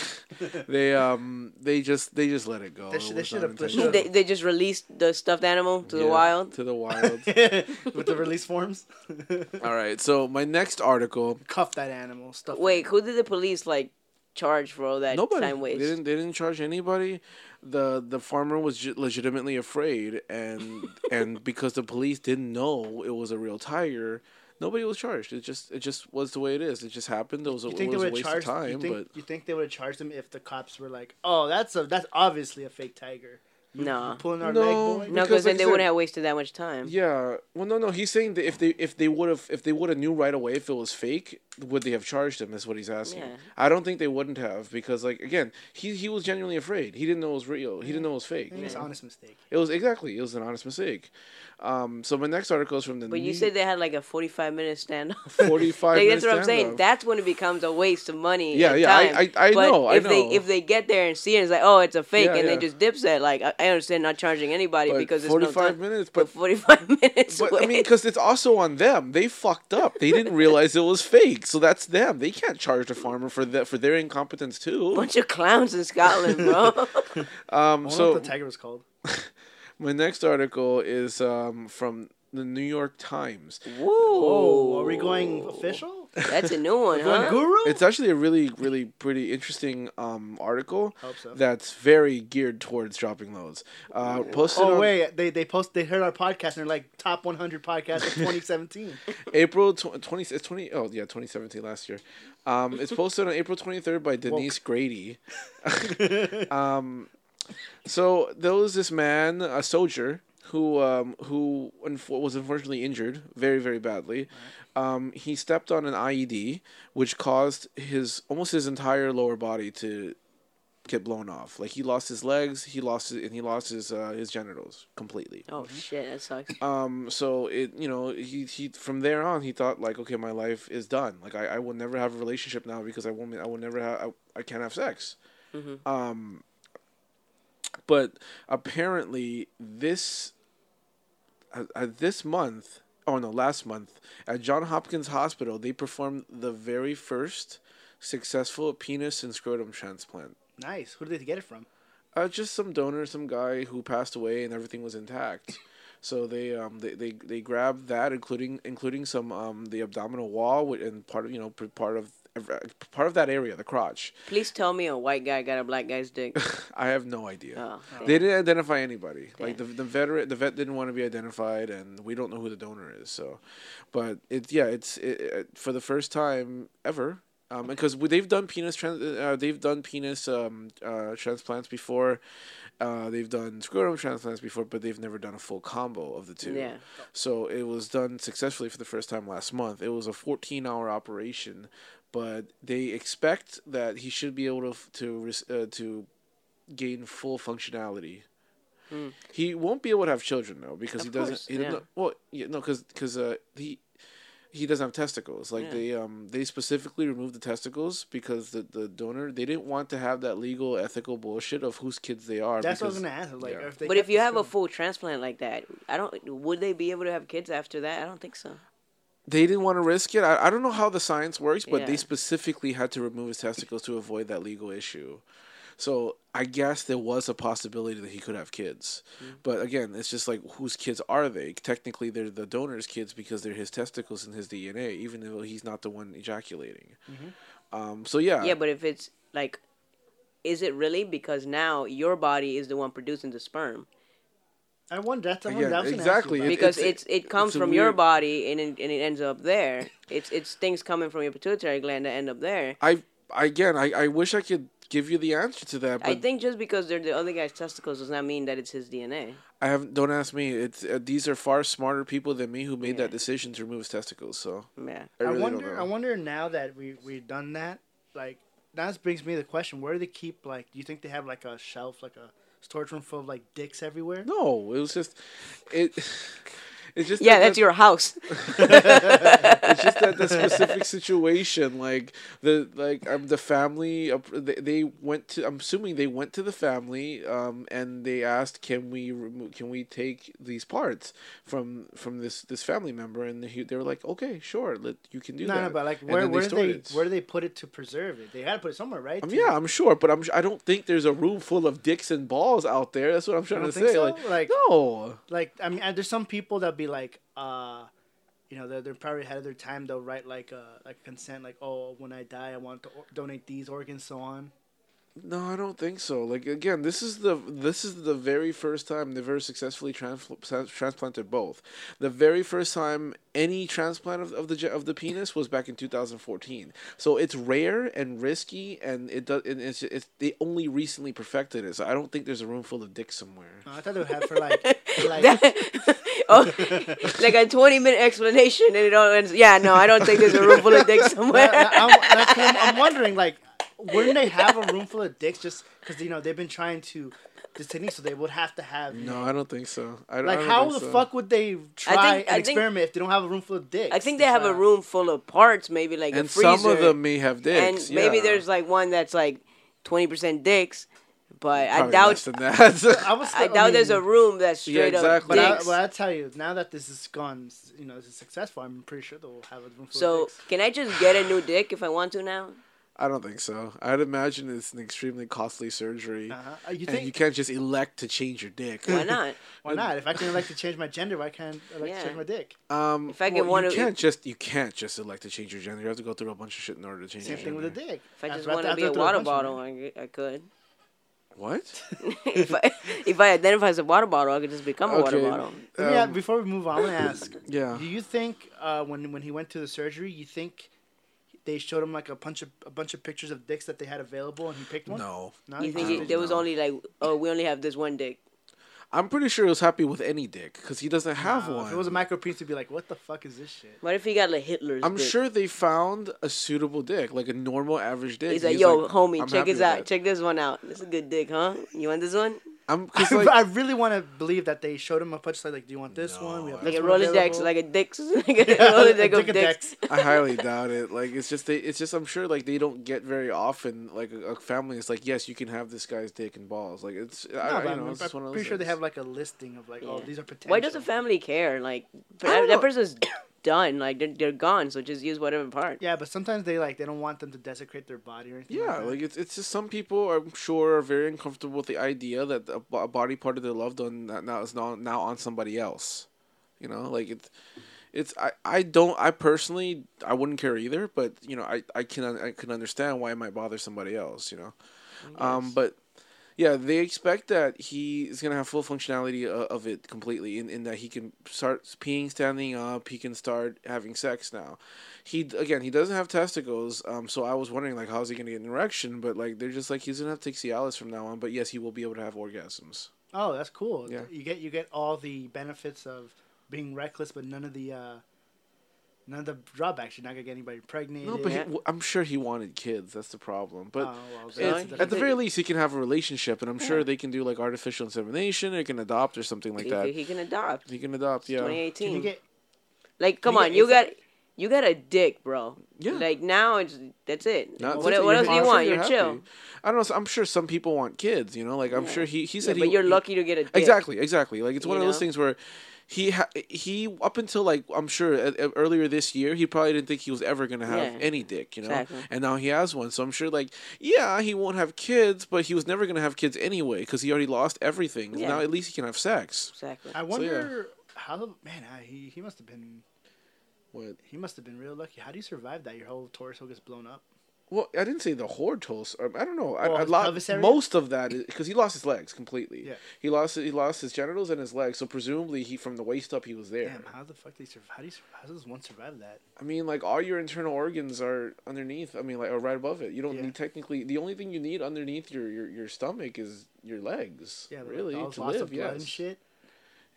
D: they um they just they just let it go.
C: They
D: It
C: should- they
D: was
C: should
D: not
C: have pushed
B: there.
D: intentional.
B: they, they just released the stuffed animal to the
D: Yeah,
B: wild.
D: To the wild.
C: with the release forms.
D: all right. So my next article
C: Cuff that animal. Stuff.
B: Wait, who did the police like charge for all that
D: Nobody.
B: time waste?
D: They didn't. They didn't charge anybody. the The farmer was ge- legitimately afraid, and and because the police didn't know it was a real tiger, nobody was charged. It just it just was the way it is. It just happened. It was a,
C: You think they
D: it was a
C: would
D: waste
C: have charged?
D: of time.
C: you, think,
D: but
C: you think they would have charged him if the cops were like, "Oh, that's a that's obviously a fake tiger."
B: No.
C: Pulling our
D: No.
C: leg, boy.
B: No,
D: Because,
B: because
D: like
B: then
D: I
B: they
D: said-
B: wouldn't have wasted that much time.
D: yeah, well, no, no. He's saying that if they if they would have if they would have knew right away if it was fake, would they have charged him? Is what he's asking.
B: Yeah.
D: I don't think they wouldn't have because like again, he he was genuinely afraid. He didn't know it was real. He didn't know it was fake.
C: It's an honest mistake.
D: It was exactly. It was an honest mistake. Um, so my next article is from the.
B: But you
D: New-
B: said they had like a forty-five minute standoff.
D: 45
B: like
D: minutes
B: that's what I'm saying.
D: stand-up.
B: That's when it becomes a waste of money.
D: Yeah,
B: and
D: yeah, I-
B: time.
D: I- I
B: but
D: know, I
B: If they
D: know.
B: if they get there and see it, it's like, oh, it's a fake,
D: Yeah,
B: and
D: yeah.
B: they just dips it. Like I, I understand not charging anybody
D: But
B: because it's
D: 45
B: no time,
D: minutes, but-
B: forty-five minutes.
D: but I mean,
B: waste.
D: because it's also on them. They fucked up. They didn't realize it was fake, so that's them. They can't charge the farmer for that for their incompetence too.
B: bunch of clowns in Scotland, bro.
D: Um,
C: I wonder
D: so
C: what the tiger was called.
D: my next article is um from the New York Times.
B: Whoa,
C: Oh, are we going official?
B: That's a new one,
C: Going
B: huh?
C: guru?
D: It's actually a really, really pretty interesting um, article
C: Hope so.
D: that's very geared towards dropping loads. Uh, posted
C: oh
D: on
C: wait, they they post they heard our podcast and they're like top 100 podcast of 2017.
D: April tw- 20, it's 20, oh yeah, 2017 last year. Um, it's posted on April 23rd by Denise Grady. um, so there was this man, a soldier, who um, who unf- was unfortunately injured very very badly. Um, he stepped on an IED, which caused his almost his entire lower body to get blown off. Like he lost his legs, he lost and he lost his uh, his genitals completely.
B: Oh shit, that sucks.
D: Um, so it, you know, he, he, from there on, he thought like, okay, my life is done. Like I, I will never have a relationship now because I won't, I will never have, I, I can't have sex. Um, but apparently this, uh, uh, this month, oh no, last month at John Hopkins Hospital, they performed the very first successful penis and scrotum transplant.
C: nice. Who did they get it from?
D: Uh, just some donor, some guy who passed away, and everything was intact. So they um they, they, they grabbed that, including including some um the abdominal wall wi- and part of you know p- part of part of that area, the crotch.
B: Please tell me a white guy got a black guy's dick.
D: I have no idea.
B: Oh,
D: They didn't identify anybody. Like the the veteran, the vet didn't want to be identified, and we don't know who the donor is. So, but it's yeah, it's it, it, for the first time ever. Um, because we- they've done penis trans, uh, they've done penis um, uh, transplants before, uh, they've done scrotum transplants before, but they've never done a full combo of the two.
B: Yeah.
D: So it was done successfully for the first time last month. It was a 14 hour operation, but they expect that he should be able to f- to res- uh, to gain full functionality. He won't be able to have children though because
B: Hmm. Of
D: he doesn't.
B: course,
D: he doesn't
B: yeah.
D: well, yeah, no, because uh, he he doesn't have testicles. Like
B: Yeah.
D: they um they specifically removed the testicles because the the donor they didn't want to have that legal ethical bullshit of whose kids they are.
C: That's
D: because-
C: what I was gonna ask. Like,
D: yeah.
C: if they
B: But
C: get
B: if you
C: this
B: have a
C: from-
B: full transplant like that, I don't. Would they be able to have kids after that? I don't think so.
D: they didn't want to risk it. I, I don't know how the science works, but they
B: Yeah.
D: specifically had to remove his testicles to avoid that legal issue. So I guess there was a possibility that he could have kids,
B: Mm-hmm.
D: but again, it's just like whose kids are they? Technically, they're the donor's kids because they're his testicles and his DNA, even though he's not the one ejaculating. Um, so yeah,
B: Mm-hmm. Yeah, but if it's like, is it really? Because now your body is the one producing the sperm.
C: I wonder. That's the one
D: Yeah,
C: that I was gonna
D: exactly.
C: Ask you about.
B: Because
D: it's-
B: it's,
D: it's
B: it comes
D: a
B: from your
D: weird-
B: body and it, and it ends up there. It's it's things coming from your pituitary gland that end up there.
D: I again, I, I wish I could give you the answer to that. But
B: I think just because they're the other guy's testicles does not mean that it's his DNA.
D: I have don't ask me. It's uh, these are far smarter people than me who made
B: Yeah.
D: that decision to remove his testicles. So
B: Yeah.
D: I, really
C: I
D: don't
C: wonder.
D: know.
C: I wonder now that we we've done that. Like that brings me to the question: Where do they keep? Like, do you think they have like a shelf, like a storage room full of like dicks everywhere?
D: No, it was just it. It's just
B: Yeah,
D: that-
B: that's your house.
D: It's just that the specific situation, like the like um, the family, uh, they, they went to. I'm assuming they went to the family, um, and they asked, "Can we remove? Can we take these parts from from this this family member?" And he, they were like, "Okay, sure, let you can do
C: No,
D: that."
C: no, but like,
D: And
C: where
D: then
C: where do
D: stored
C: they
D: it.
C: where do they put it to preserve it? They had to put it somewhere, right?
D: Um,
C: To-
D: yeah, I'm sure, but I'm. su- I don't think there's a room full of dicks and balls out there. That's what I'm trying
C: don't
D: to
C: think
D: say.
C: so?
D: Like,
C: Like-
D: no,
C: Like, I mean, and there's some people that be like, uh, you know, they're, they're probably ahead of their time. They'll write like a like consent, like, oh, when I die, I want to or- donate these organs, so on.
D: No, I don't think so. Like again, this is the this is the very first time they've ever successfully transf- trans- transplanted both. The very first time any transplant of, of the ge- of the penis was back in 2014. So it's rare and risky, and it does. And it's, it's they only recently perfected it. So I don't think there's a room full of dicks somewhere.
C: Uh, I thought they would have for like, like
B: oh, like a 20 minute explanation and it all ends. Yeah, no, I don't think there's a room full of dicks
C: Now-
B: somewhere.
C: now I'm, that's what I'm, I'm wondering, like, wouldn't they have a room full of dicks just because you know they've been trying to this technique, so they would have to have. you
D: No,
C: know-
D: I don't think so. I, don't- I
C: like,
D: don't
C: how
D: think
C: the
D: so.
C: fuck would they try
B: think-
C: and
B: I think-
C: experiment if they don't have a room full of dicks? uh,
B: I think
C: to
B: they have
C: try
B: a
C: out?
B: room full of parts, maybe like a
D: And
B: freezer.
D: some of them may have
B: and
D: dicks.
B: maybe
D: yeah.
B: there's like one that's like 20% dicks, but I
D: Probably less
B: doubt
D: than that.
C: I, was,
B: I doubt there's a
C: mean,
B: room that's straight
D: Yeah,
B: up
C: But
D: exactly.
C: I,
B: dicks.
C: but I tell you, now that this is gone, you know, this is successful. I'm pretty sure they'll have a room full
B: so
C: of dicks.
B: can I just get a new dick if I want to now?
D: I don't think so. I'd imagine it's an extremely costly surgery.
C: Uh-huh. Uh, You
D: and
C: think?
D: you can't just elect to change your dick.
B: Why not?
C: why not? If I can elect to change my gender, why can't I elect
B: Yeah.
C: to change my dick?
D: Um,
B: If I get
D: well,
B: one
D: you
B: of-
D: can't just you can't just elect to change your gender. You have to go through a bunch of shit in order to change.
C: Same
D: your
C: thing with a
D: gender.
C: dick.
B: If I just
C: After-
B: want to
C: after
B: be a
C: I throw
B: water
C: punch in there.
B: bottle, I, I could.
D: What?
B: if, I, if I identify as a water bottle, I could just become a water
D: Okay.
B: bottle.
C: Let me, a-
D: Um,
C: before we move on, I want to ask:
D: yeah.
C: Do you think uh, when when he went to the surgery, you think they showed him like a bunch of a bunch of pictures of dicks that they had available, and he picked one?
D: No,
C: no.
B: You think
D: I
B: it,
D: don't
B: there was
D: know.
B: only like, oh, we only have this one dick.
D: I'm pretty sure he was happy with any dick because he doesn't have
C: Uh,
D: one.
C: If it was a micro penis, he'd be like, "What the fuck is this shit?"
B: What if he got like Hitler's?
D: I'm
B: dick?
D: sure they found a suitable dick, like a normal average dick.
B: He's like, yo, homie,
D: I'm
B: check
D: happy
B: this
D: with
B: out.
D: it."
B: Check this one out. This is a good dick, huh? You want this one?
D: I'm cause
C: I,
D: like,
C: I really want to believe that they showed him a bunch like, like "Do you want this
D: No,
C: one?" We have
D: I
B: Like
C: this
B: a
C: one
B: Rolodex,
C: available.
B: like a dick, like a
C: a
B: Rolodex of
C: dick of
B: dicks.
D: I highly doubt it. Like it's just they, it's just I'm sure like they don't get very often like a, a family is like yes you can have this guy's dick and balls like it's
C: No,
D: I,
C: but
D: you
C: I'm,
D: know,
C: I'm
D: it's just one of those
C: pretty sure they
D: things.
C: have like a listing of like, "Oh,
B: Yeah.
C: these are potential."
B: Why does the family care? Like
D: don't
B: that, that
D: know.
B: person's done. Like they're, they're gone. So just use whatever part.
C: Yeah, but sometimes they like they don't want them to desecrate their body or anything.
D: Yeah,
C: that.
D: like it's it's just some people I'm sure are very uncomfortable with the idea that a, bo- a body part of their loved one that now is now now on somebody else. You know, like it's it's I, I don't I personally I wouldn't care either, but you know I I can I can understand why it might bother somebody else. You know, um, but yeah, they expect that he is gonna have full functionality of, of it completely, in, in that he can start peeing, standing up, he can start having sex now. He again, he doesn't have testicles, um, so I was wondering like, how's he gonna get an erection? But like, they're just like he's gonna have Tixialis from now on. But yes, he will be able to have orgasms.
C: Oh, that's cool.
D: Yeah.
C: You get you get all the benefits of being reckless, but none of the uh, none of the drawbacks. You're not gonna get anybody pregnant.
D: No, but he,
B: Yeah.
D: w- I'm sure he wanted kids. That's the problem. But
C: Oh, well,
D: it's-
C: that's-
D: at the
B: that's-
D: very least, he can have a relationship, and I'm sure they can do like artificial insemination. They can adopt or something like
B: He,
D: that.
B: he can adopt.
D: He can adopt. Yeah.
B: 2018.
C: Can you get?
B: like, come
C: you
B: on,
C: get
B: you got
C: inside-
B: you got a dick, bro.
D: Yeah.
B: Like now, it's that's it.
D: Not
B: what e-,
D: since-
B: what
D: you're-
B: else do
D: I'm
B: you
D: sure
B: want?
D: you're
B: You're,
D: happy.
B: chill.
D: I don't know. so- I'm sure some people want kids. You know, like I'm sure he he
B: Yeah,
D: said
B: but
D: he,
B: you're
D: he-
B: lucky to get a dick.
D: Exactly, exactly. Like it's one
B: You
D: of those
B: know?
D: things where he ha- he up until like I'm sure uh, uh, earlier this year he probably didn't think he was ever gonna have
B: Yeah.
D: any dick, you know.
B: Exactly.
D: And now he has one, so I'm sure like yeah he won't have kids, but he was never gonna have kids anyway because he already lost everything.
B: Yeah.
D: Now at least he can have sex.
B: Exactly.
C: I wonder how. Man, I, he he must have been
D: What?
C: he must have been real lucky. How do you survive that? Your whole torso gets blown up.
D: Well, I didn't say the hortles. I don't know. I,
C: Well,
D: I
C: his pelvis
D: lost
C: area?
D: most of that because he lost his legs completely.
C: Yeah.
D: He lost he lost his genitals and his legs, so presumably he from the waist up he was there.
C: Damn, how the fuck do you survive? How do you sur- how does one survive that?
D: I mean, like all your internal organs are underneath. I mean, like or right above it. You don't
C: Yeah.
D: need technically. The only thing you need underneath your your, your stomach is your legs.
C: Yeah, but
D: really
C: all his
D: to
C: loss of
D: live.
C: blood
D: Yes.
C: and shit.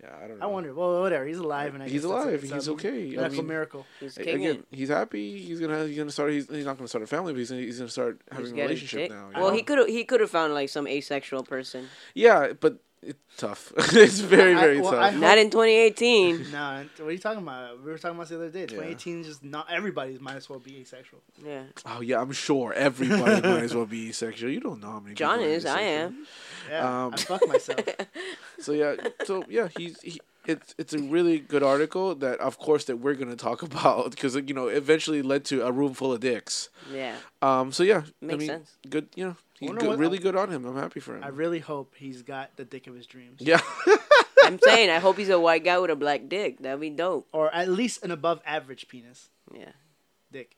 D: Yeah, I don't. Know.
C: I wonder. Well, whatever. He's alive, and I
D: He's
C: guess that's-
D: alive,
C: it's
D: he's
C: a
D: okay, I
C: Medical
D: mean-
C: miracle.
B: He's
D: A-
B: king.
D: Again, he's happy. He's gonna he's gonna start. He's, he's not gonna start a family, but he's gonna, he's gonna start having a relationship now. you
B: Well,
D: know?
B: he could he could have found like some asexual person.
D: Yeah, but it's tough. it's very
C: I-
D: very
C: well, I
D: tough.
C: hope-
B: Not in 2018.
C: No, and what are you talking about? We were talking about this the other day. 2018 is just not everybody's might as well be asexual.
B: yeah,
D: oh yeah, I'm sure everybody might as well be asexual. You don't know how many.
B: John
D: people are
B: is. I
D: asexual.
B: am.
C: Yeah,
D: Um,
C: I fuck myself.
D: So yeah, so yeah, he's he, it's it's a really good article that of course that we're gonna talk about because you know eventually led to a room full of dicks.
B: Yeah.
D: Um. So yeah, I
B: Makes
D: mean,
B: sense.
D: good. You know, he's
C: wonder
D: good,
C: what-
D: really good on him. I'm happy for him.
C: I really hope he's got the dick of his dreams.
D: yeah.
B: I'm saying I hope he's a white guy with a black dick. That'd be dope.
C: Or at least an above average penis.
B: Yeah.
C: Dick.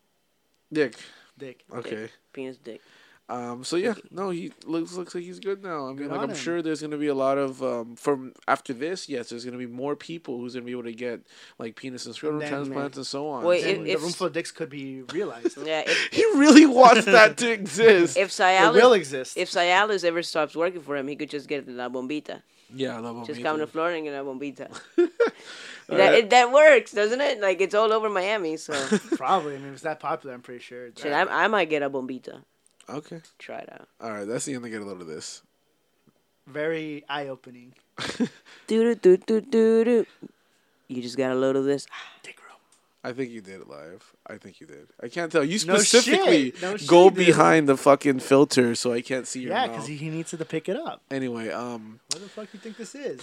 D: Dick.
C: Dick.
D: Okay.
B: Penis dick.
D: Um. So yeah, no, he looks looks like he's good now. I mean,
C: Good
D: like
C: on
D: I'm
C: him.
D: sure there's gonna be a lot of um from after this. Yes, there's gonna be more people who's gonna be able to get like penis and scrotum
C: Then-
D: transplants and so on.
B: Wait,
D: So-
B: If-
C: And the
B: if-
C: room full of dicks could be realized.
B: Yeah. If
D: he really wants that to exist.
B: if
C: it will
B: Cialis
C: exist.
B: if Cialis ever stops working for him, he could just get la bombita.
D: yeah, I love him.
B: Just
D: me
B: come
D: too.
B: to Florida and get la bombita. that,
D: right.
B: it, that works, doesn't it? Like it's all over Miami. So
C: Probably. I mean, if it's that popular, I'm pretty sure.
B: shit, I, I might get a bombita.
D: Okay.
B: Try it out.
D: All right, that's the end of get a load of this.
C: Very eye opening.
B: Do do do do do do. You just got a load of this.
C: Dick room.
D: I think you did it live. I think you did. I can't tell. You
C: No
D: specifically
C: shit. No shit,
D: go
C: dude.
D: behind the fucking filter so I can't see your
C: Yeah,
D: mouth.
C: because he, he needs to pick it up.
D: Anyway, um,
C: What the fuck you think this is?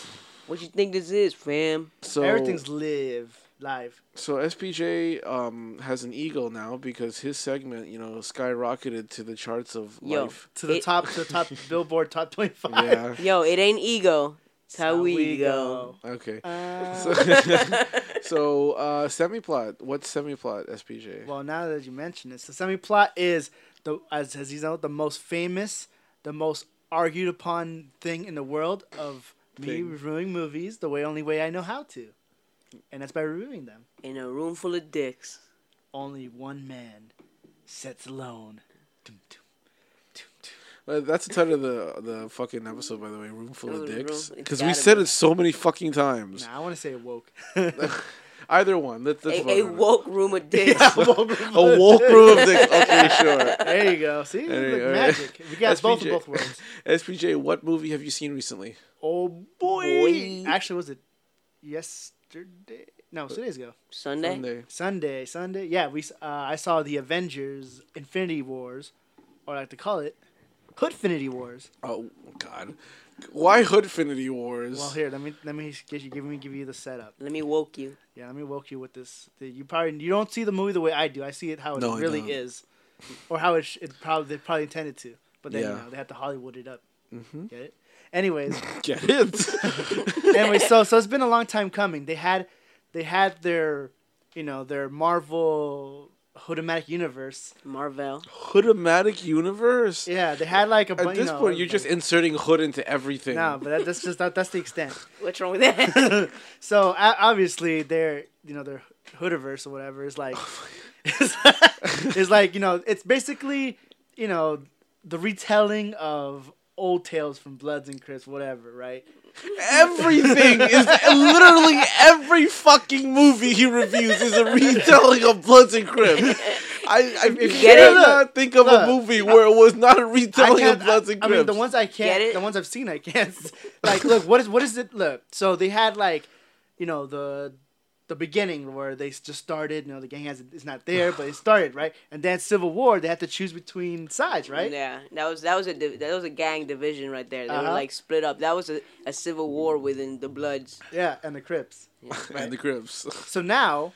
B: What you think this is, fam?
D: so
C: Everything's live. live.
D: So SPJ um, has an ego now because his segment, you know, skyrocketed to the charts of
B: Yo.
D: life.
C: To the
B: It-
C: top, to the top Billboard top twenty five.
D: Yeah.
B: Yo, it ain't ego. It's how, we, go.
D: Okay.
C: Uh,
D: So, so uh, semi-plot. What's semi-plot, SPJ?
C: Well, now that you mention it, so semi-plot is the as as you know the most famous, the most argued upon thing in the world of me
D: Thing.
C: reviewing movies the way only way I know how to, and that's by reviewing them.
B: In a room full of dicks.
C: Only one man sits alone. Dum, dum, dum, dum.
D: Uh, that's the title of the the fucking episode, by the way. Room full
B: Oh,
D: of dicks.
B: room- it's
D: Because we
B: gotta
D: said
B: be.
D: it so many fucking times.
C: Nah, I want to say woke.
D: Either one. Let, let's
B: A, a
D: vote on it.
B: woke room of dicks.
D: a woke room of dicks. Okay, sure.
C: There you go. See,
D: There
C: Look,
D: you go.
C: magic. We got both of
D: SPJ.
C: both worlds.
D: SPJ, what movie have you seen recently?
C: Oh boy.
B: Boy.
C: Actually, was it yesterday? No, it was two days ago.
B: Sunday?
D: Sunday.
C: Sunday, Sunday. Yeah, we s- uh, I saw the Avengers Infinity Wars, or I like to call it Hoodfinity Wars.
D: Oh God. Why Hoodfinity Wars?
C: Well, here, let me let me get you give me give you the setup.
B: Let me woke you.
C: Yeah, let me woke you with this. The- You probably you don't see the movie the way I do. I see it how it
D: No, I
C: really
D: don't.
C: is, or how it, sh- it probably they probably intended to. But then you
D: Yeah.
C: know they have to Hollywood it up. Mm-hmm. Get it? Anyways,
D: Get it.
C: anyway, so so it's been a long time coming. They had they had their you know their Marvel Hoodematic universe.
B: Marvel.
D: Hoodomatic Universe.
C: Yeah, they had like a bu-
D: At
C: you
D: this
C: know,
D: point, you're
C: like-
D: just inserting hood into everything.
C: No, but that, that's just that, that's the extent.
B: What's wrong with that?
C: So o- obviously, their you know their Hoodiverse or whatever is like, is, is like you know it's basically you know the retelling of old tales from Bloods and Crips, whatever, right?
D: Everything is literally every fucking movie he reviews is a retelling of Bloods and Crips. I, I if you
B: Get it?
D: cannot think of
C: Look,
D: a movie where it was not a
C: I
D: retelling
C: can't.
D: of
C: I,
D: Bloods and
C: I
D: Crips.
C: mean, the ones I
B: Get
C: can't,
B: it?
C: the ones I've seen, I can't. Like, look, what is what is it? Look, so they had like, you know the. The beginning where they s- just started, you know, the gang has is not there, but it started right, and then Civil War, they had to choose between sides, right?
B: Yeah, that was that was a div- that was a gang division right there. They were
C: Uh-huh.
B: like split up. That was a, a civil war within the Bloods.
C: Yeah, and the Crips.
D: and the Crips.
C: So now,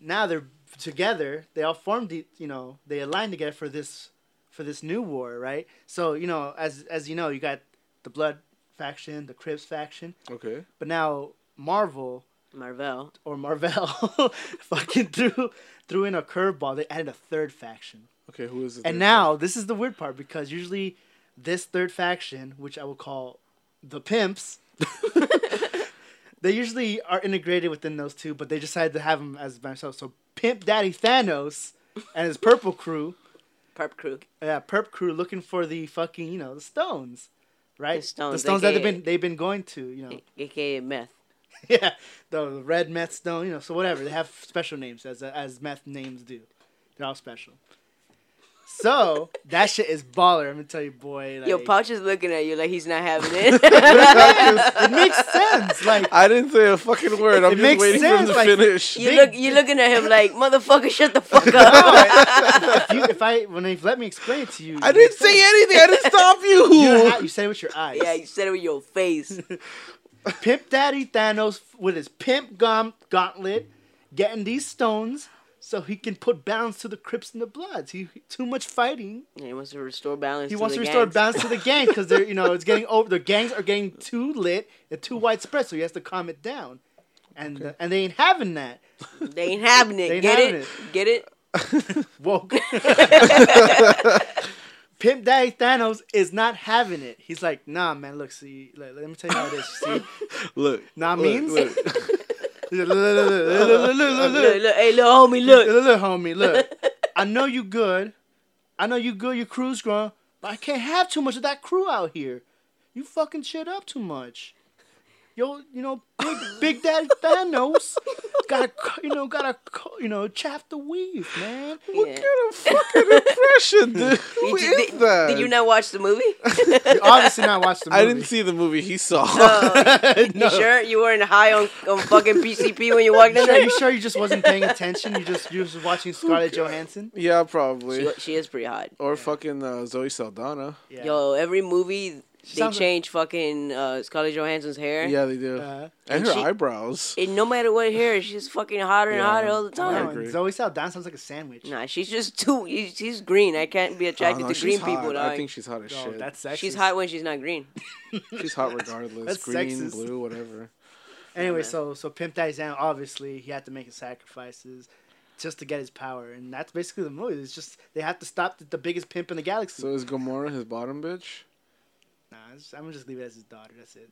C: now they're together. They all formed, the, you know, they aligned together for this, for this new war, right? So you know, as as you know, you got the Blood faction, the Crips faction,
D: Okay.
C: but now Marvel
B: Marvel.
C: or Marvel fucking threw threw in a curveball. They added a third faction,
D: Okay, who is it?
C: and now this is the weird part because usually this third faction, which I will call the pimps. they usually are integrated within those two, but they decided to have them as by themselves. So Pimp Daddy Thanos and his purple crew,
B: Perp crew.
C: yeah, perp crew looking for the fucking, you know, the stones, right?
B: The stones,
C: that they've
B: aka
C: been they've been going to, you know.
B: AKA meth.
C: yeah, the, the red meth stone, you know, so whatever. They have special names as as meth names do. They're all special. So, that shit is baller, I'm going to tell you, boy. Like,
B: Yo, Pouch is looking at you like he's not having it.
C: it makes sense. Like
D: I didn't say a fucking word. I'm just
C: makes
D: waiting for him
C: sense,
D: to
C: like-
D: finish.
B: you look, you're looking at him like motherfucker. Shut the fuck up.
C: if, you, if I when they let me explain it to you,
D: I didn't say anything. I didn't stop you.
C: You, you said it with your eyes.
B: yeah, you said it with your face.
C: Pimp Daddy Thanos with his pimp gum gauntlet, getting these stones so he can put balance to the Crips and the Bloods. He too much fighting.
B: Yeah, he wants to restore balance.
C: He
B: to
C: wants to
B: the
C: restore
B: gangs.
C: balance to the gang because they're you know it's getting over. The gangs are getting too lit and too widespread, so he has to calm it down. And and they ain't having that.
B: They ain't having it.
C: They ain't
B: Get it?
C: having
B: Get it?
C: woke. Pimp Daddy Thanos is not having it. He's like, nah, man, look, see, let, let me tell you how this. See,
D: Look.
C: Nah,
D: look,
C: means?
D: look.
C: look, look, look, look, look, look, look, look,
B: Look, look, hey, little homie, look.
C: look, look, homie, look. I know you good. I know you good. Your crew's grown, but I can't have too much of that crew out here. You fucking shit up too much. Yo, you know, big, big Daddy Thanos got to, you know, got to, you know, chap the weave, man.
B: Yeah.
D: What kind of fucking impression, dude? Who
B: Did you-
D: is
B: did-
D: that?
B: Did you not watch the movie?
C: You obviously not watched the movie.
D: I didn't see the movie he saw.
B: Uh, You sure you weren't high on, on fucking PCP when you walked
C: You
B: in
C: sure,
B: there?
C: you sure you just wasn't paying attention? You just you just watching Scarlett Johansson?
D: yeah, probably.
B: She, she is pretty hot.
D: Or fucking uh, Zoe Saldana.
C: Yeah.
B: Yo, every movie They
C: sounds-
B: change fucking uh, Scarlett Johansson's hair.
D: Yeah, they do.
C: Uh,
D: and
B: Uh-huh. and
D: her
B: she-
D: eyebrows.
B: And no matter what hair, she's fucking hotter and
D: Yeah.
B: hotter all the
D: I
C: no,
B: time.
D: agree.
C: and Zoe Saldana sounds like a sandwich.
B: Nah, she's just too. She's she's green. I can't be attracted
D: Oh, no,
B: to
D: she's
B: green
D: hot.
B: people.
D: I
B: dog.
D: think she's hot as
C: No,
D: shit.
C: that's sexist.
B: she's hot when she's not green.
D: she's hot regardless.
C: That's
D: Green,
C: sexist.
D: blue, whatever.
C: Anyway,
B: man.
C: so so Pimp Dies Down. Obviously, he had to make his sacrifices just to get his power, and that's basically the movie. It's just they have to stop the, the biggest pimp in the galaxy.
D: So is Gamora his bottom bitch?
C: nah, it's- I'm gonna just leave it as his daughter. That's it.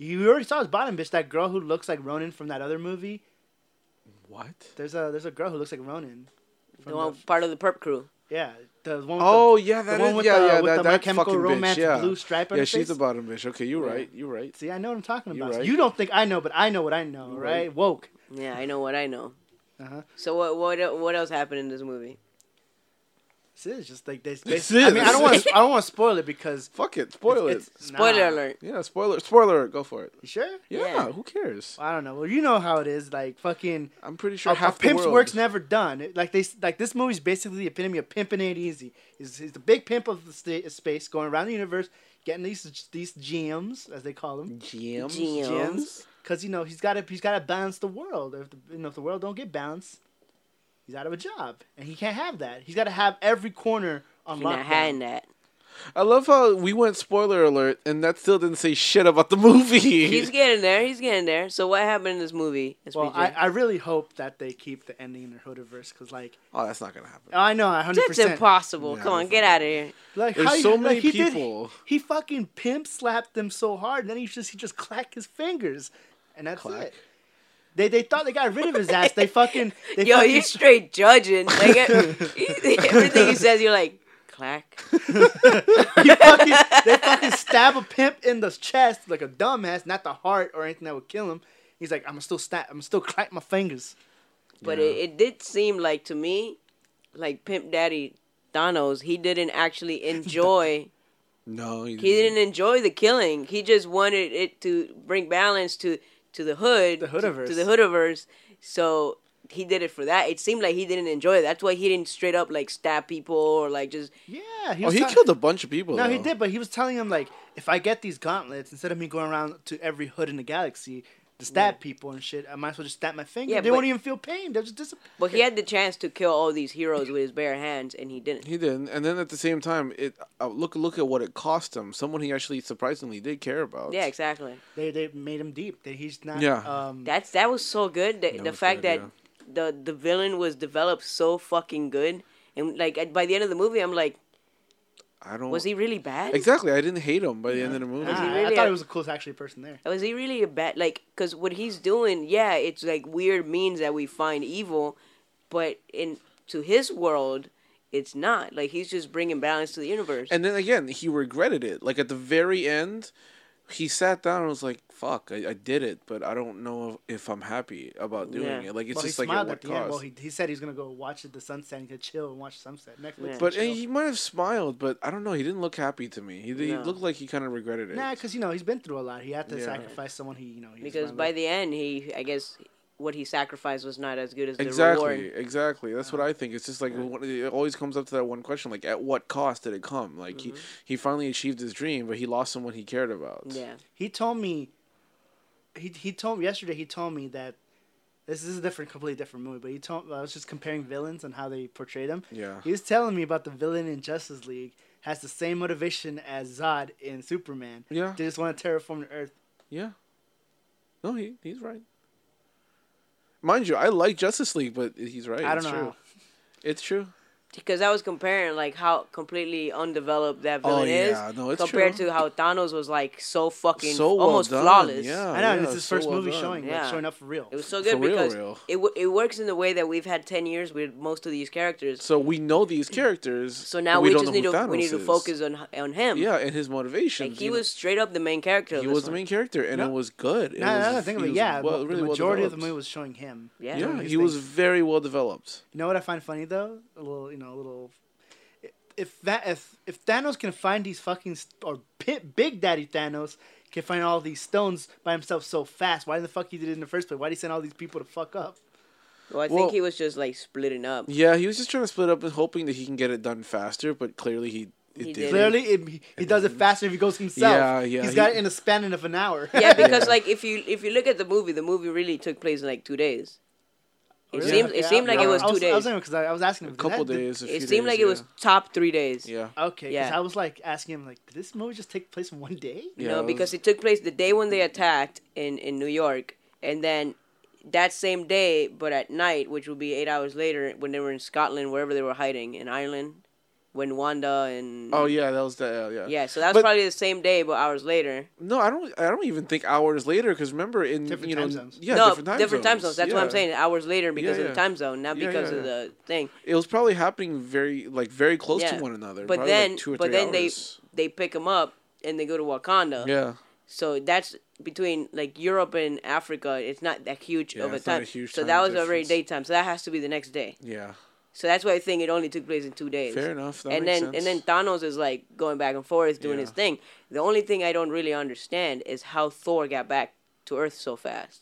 C: You already saw his bottom bitch. That girl who looks like Ronin from that other movie.
D: What?
C: There's a there's a girl who looks like Ronin. From
B: The one
C: the-
B: part of the perp crew.
C: yeah, the one. With
D: Oh yeah,
C: the,
D: that
C: the one
D: is
C: with
D: yeah
C: the,
D: yeah
C: with the
D: that,
C: My
D: that
C: Chemical
D: fucking
C: Romance
D: bitch yeah
C: blue stripe on
D: yeah
C: her
D: she's
C: face.
D: the bottom bitch. Okay, you're
C: Yeah.
D: right. You're right.
C: See, I know what I'm talking
D: You're
C: about. So
D: right.
C: you don't think I know, but I know what I know,
D: You're
C: right?
D: right.
C: Woke.
B: Yeah, I know what I know.
C: Uh-huh.
B: So what what el- what else happened in this movie?
C: This is just like this.
D: This
C: I mean, I
D: is.
C: don't want to. I don't want to spoil it because
D: Fuck it. Spoil it.
C: it's, it's- nah.
B: Spoiler alert.
D: Yeah, spoiler. Spoiler. Go for it.
C: You sure?
D: Yeah.
B: Yeah.
D: Who cares?
C: I don't know. Well, you know how it is. Like fucking,
D: I'm pretty
C: a,
D: sure
C: a
D: half the
C: pimp's
D: world-
C: work's never done. It- like they, s- like this movie's basically the epitome of pimping it easy. Is is the big pimp of the sta- space going around the universe, getting these these gems as they call them,
D: Gems.
B: Gems.
C: because you know he's got to he's got to balance the world. If the, you know if the world don't get balanced, he's out of a job, and he can't have that. He's got to have every corner on
B: You're not
C: lockdown.
B: having that.
D: I love how we went spoiler alert, and that still didn't say shit about the movie.
B: He's getting there. He's getting there. So what happened in this movie?
C: Well,
B: SPJ?
C: I, I really hope that they keep the ending in the Hodaverse because like
D: oh, that's not gonna happen.
C: I know I hundred
B: That's
C: percent.
B: impossible.
D: Yeah,
B: Come on,
D: that's
B: get
D: not-
B: out of here.
C: Like
D: There's
C: how
D: so
C: you,
D: many
C: like, he did-
D: people.
C: he fucking pimp slapped them so hard, and then he just he just clacked his fingers, and that's
D: Clack.
C: it. They they thought they got rid of his ass. They fucking they
B: Yo,
C: fucking,
B: you straight judging. Like, everything he says, you're like, clack.
C: you fucking they fucking stab a pimp in the chest like a dumbass, not the heart or anything that would kill him. He's like, I'm gonna still stab, I'm gonna still clack my fingers.
B: But
D: Yeah.
B: it, it did seem like to me, like Pimp Daddy Donos, he didn't actually enjoy.
D: No, he
B: he didn't enjoy the killing. He just wanted it to bring balance to to the hood,
C: The
B: to-
C: Hoodiverse.
B: to, the hoodiverse. So he did it for that. It seemed like he didn't enjoy it. That's why he didn't straight up like stab people or like just.
C: Yeah,
D: Oh,
C: was
D: he
C: tell-
D: killed a bunch of people.
C: No, he
D: though.
C: did, but he was telling him like, if I get these gauntlets, instead of me going around to every hood in the galaxy to stab people and shit, I might as well just stab my finger.
B: Yeah,
C: they
B: but-
C: won't even feel pain. They'll just disappear.
B: But he had the chance to kill all these heroes with his bare hands, and he didn't.
D: He didn't, and then at the same time, it uh, look look at what it cost him. Someone he actually surprisingly did care about.
B: Yeah, exactly.
C: They they made him deep. That he's not.
D: Yeah.
C: Um,
B: That's that was so good. The,
D: That
B: the
D: was
B: fact
D: good,
B: that the the villain was developed so fucking good, and like at, by the end of the movie, I'm like,
D: I don't.
B: was he really bad?
D: Exactly, I didn't hate him by the end of the movie.
C: nah, I
B: really
C: thought
B: a-
C: it was the coolest actually person there.
B: Was he really a bad like? Cause what he's doing, yeah, it's like weird means that we find evil, but in to his world, it's not. Like he's just bringing balance to the universe.
D: And then again, he regretted it. Like at the very end, he sat down and was like, "Fuck, I, I did it, but I don't know if, if I'm happy about doing
B: Yeah.
D: it. Like it's
C: well, he
D: just like at
C: smiled
D: what
C: at the end.
D: cost."
C: Well, he, he said he's gonna go watch the sunset. and He could chill and watch sunset. Netflix.
B: Yeah.
C: and
D: but
C: chill.
D: and he might have smiled, but I don't know. He didn't look happy to me. He, he
B: No.
D: looked like he kind of regretted it.
C: nah, because you know he's been through a lot. He had to
D: Yeah.
C: sacrifice someone. He you know he
B: because by the end, he I guess what he sacrificed was not as good as the
D: exactly,
B: reward. Oh.
D: exactly. That's what I think. It's just like what- it always comes up to that one question: like, at what cost did it come? Like he
B: Mm-hmm.
D: he finally achieved his dream, but he lost someone he cared about.
B: Yeah,
C: he told me he he told me yesterday he told me that this is a different completely different movie but he told i was just comparing villains and how they portray them
D: Yeah.
C: he was telling me about the villain in justice league has the same motivation as zod in superman
D: Yeah.
C: they just want to terraform the earth
D: Yeah. No, he he's right. Mind you, I like Justice League, but he's right.
C: i
D: it's
C: don't know
D: True.
C: how.
D: It's true.
B: because I was comparing like how completely undeveloped that
D: Oh,
B: villain
D: yeah,
B: is
D: no, it's
B: compared
D: true.
B: to how Thanos was like so fucking
D: So well
B: almost
D: done.
B: flawless.
D: Yeah.
C: i know and
D: yeah,
C: it's his
D: so
C: first
D: well
C: movie
D: done.
C: showing like,
B: Yeah.
C: showing up for real
B: It was so
D: For
B: good
D: real,
B: because
D: real.
B: it w- it works in the way that we've had ten years with most of these characters.
D: So we know these characters.
B: So now
D: but
B: we,
D: don't
B: just
D: know
B: need
D: who
B: to we
D: Thanos
B: need to
D: is.
B: focus on on him.
D: Yeah, and his motivation.
B: like he was straight up the main character. of
D: he
B: this
D: was the
B: one.
D: main character, and
C: No.
D: it was good. It
C: no,
D: was,
C: no, no, think
D: he
C: of it.
D: was
C: Yeah,
D: well-
C: well,
D: really
C: the
D: well
C: majority of the
D: developed.
C: movie was showing him.
B: Yeah.
D: Yeah,
C: his
D: he was
C: thing.
D: very well developed.
C: You know what I find funny though? A little, you know, a little. If that, if if Thanos can find these fucking st- or Pi- Big Daddy Thanos can find all these stones by himself so fast, why the fuck he did it in the first place? Why did he send all these people to fuck up?
B: Well, I
D: Well-
B: think he was just like splitting up.
D: Yeah, he was just trying to split up and hoping that he can get it done faster, but clearly he It
B: He
D: did.
B: did it.
C: Clearly, it, he- he does it faster if he goes himself.
D: Yeah, yeah,
C: He's
D: he-
C: got it in a span of an hour.
B: Yeah, because like if you if you look at the movie, the movie really took place in like two days. It
C: Really?
B: seems it
C: Yeah,
B: seemed like
C: I-
B: it was
C: I
B: two
C: I
B: days.
C: was, because I, I was asking him.
D: A
C: did that-
D: couple
C: did-
D: days. A few
B: It seemed
D: days,
B: like
D: yeah.
B: it was top three days.
D: Yeah.
C: Okay, because
B: Yeah.
C: I was like asking him, like, did this movie just take place in one day?
B: You
D: Yeah, it
B: know,
D: was-
B: because it took place the day when they attacked in, in New York, and then that same day, but at night, which would be eight hours later, when they were in Scotland, wherever they were hiding in Ireland, when Wanda and
D: Oh yeah, that was the yeah.
B: yeah, so that was
D: But-
B: probably the same day, but hours later.
D: No, I don't. I don't even think hours later because remember in
C: Different
D: you know
C: time zones.
D: yeah
B: no,
D: different time zones.
B: That's what I'm
D: Yeah.
B: saying. Hours later because
D: Yeah,
B: of
D: yeah.
B: the time zone, not
D: Yeah,
B: because
D: yeah,
B: of
D: yeah.
B: the thing.
D: It was probably happening very like very close
B: Yeah.
D: to one another.
B: But
D: probably, like,
B: then,
D: two or
B: but
D: three
B: then
D: hours.
B: they they pick him up and they go to Wakanda.
D: yeah
B: So that's between like Europe and Africa. It's not that huge
D: Yeah,
B: of a
D: it's not
B: time.
D: a huge
B: so
D: time
B: that was already
D: difference.
B: daytime. So that has to be the next day.
D: yeah
B: So that's why I think it only took place in two days.
D: fair enough. That
B: and
D: makes
B: then
D: sense.
B: and then Thanos is like going back and forth doing
D: Yeah.
B: his thing. The only thing I don't really understand is how Thor got back to Earth so fast.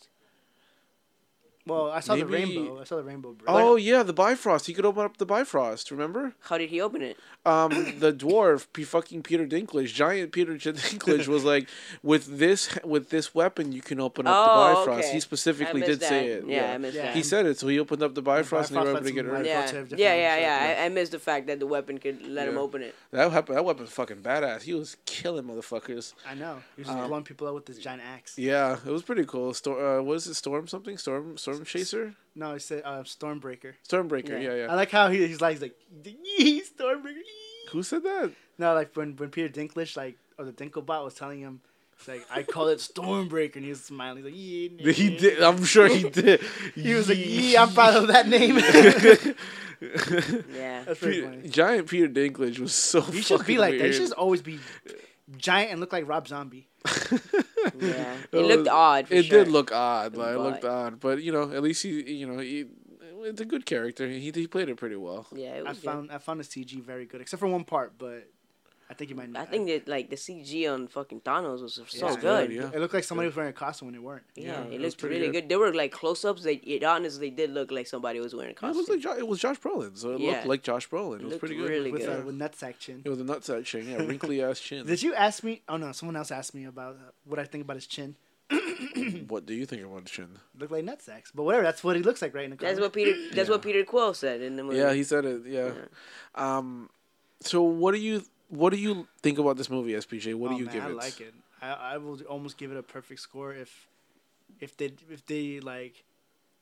C: Well, I saw the
D: Maybe-
C: rainbow. I saw the rainbow. Bridge.
D: oh yeah the Bifrost he could open up the Bifrost remember
B: How did he open it?
D: um, the dwarf, P- fucking Peter Dinklage, giant Peter Dinklage, was like, with this with this weapon, you can open up
B: Oh,
D: the Bifrost.
B: okay.
D: He
B: I
D: specifically
B: missed
D: did
B: that.
D: say it.
B: Yeah, I missed
C: Yeah.
B: that.
D: He said it, so he opened up the Bifrost, and they were
C: Bifrost
D: able to
C: lets him
D: get Earth.
C: live.
B: yeah,
C: thoughts have
B: yeah,
C: different
B: yeah,
C: shit,
B: yeah. I, I missed the fact that the weapon could let him
D: Yeah.
B: open it.
D: That weapon, that weapon's fucking badass. He was killing motherfuckers.
C: I know. He was just blowing people out with this giant axe.
D: um, Yeah, it was pretty cool. Stor- uh, what is it? Storm something? Storm Storm Chaser?
C: No, he said uh, Stormbreaker.
D: Stormbreaker. Yeah,
B: Yeah.
D: yeah.
C: I like how he, he's like, he's like, yee, Stormbreaker. yee."
D: Who said that?
C: No, like when, when Peter Dinklage, like, or the Dinklebot was telling him, it's like, I call it Stormbreaker, and he was smiling. He's like, yeah.
D: He did. I'm sure he did.
C: He was like, yeah, I'm proud of that name.
B: Yeah.
C: That's pretty
D: Peter,
C: funny.
D: giant Peter Dinklage was so.
C: He should be
D: fucking
C: like that. He
D: weird.
C: should just always be giant and look like Rob Zombie.
B: Yeah, it
D: It
B: looked
D: was-
B: odd. For
D: it
B: sure.
D: did look odd. Like, it looked
B: But-
D: odd, but you know, at least he, you know, he, it's a good character. He he played it pretty well.
B: Yeah, it
C: I
B: was. good.
C: found I found the CG very good, except for one part, but I think you might.
B: I think that like the CG on fucking Thanos was so
D: it's
B: good.
D: good, yeah.
C: It looked like somebody was wearing a costume when they weren't.
B: Yeah,
D: Yeah, it
B: it
D: was
B: looked
D: pretty
B: really
D: good.
B: good. There were like close-ups that it honestly did look like somebody was wearing a
D: It
B: costume.
D: was like Jo- it was Josh Brolin, so it
B: Yeah.
D: looked like Josh Brolin. It, was
B: looked
D: pretty good.
B: really
C: With
B: good.
C: uh, with nutsack chin.
D: It was a nutsack chin, yeah, wrinkly ass chin.
C: Did you ask me? Oh no, someone else asked me about uh, what I think about his chin.
D: what do you think about the chin?
C: Look like nutsacks, but whatever. That's what he looks like right in the.
B: That's
C: comic.
B: what Peter. That's what Peter Quill said in the movie.
D: Yeah, he said it. Yeah. Um, so what do you what do you think about this movie, SPJ? What
C: Oh,
D: do you
C: man,
D: give
C: I
D: it?
C: like it. I, I will almost give it a perfect score if, if they if they like,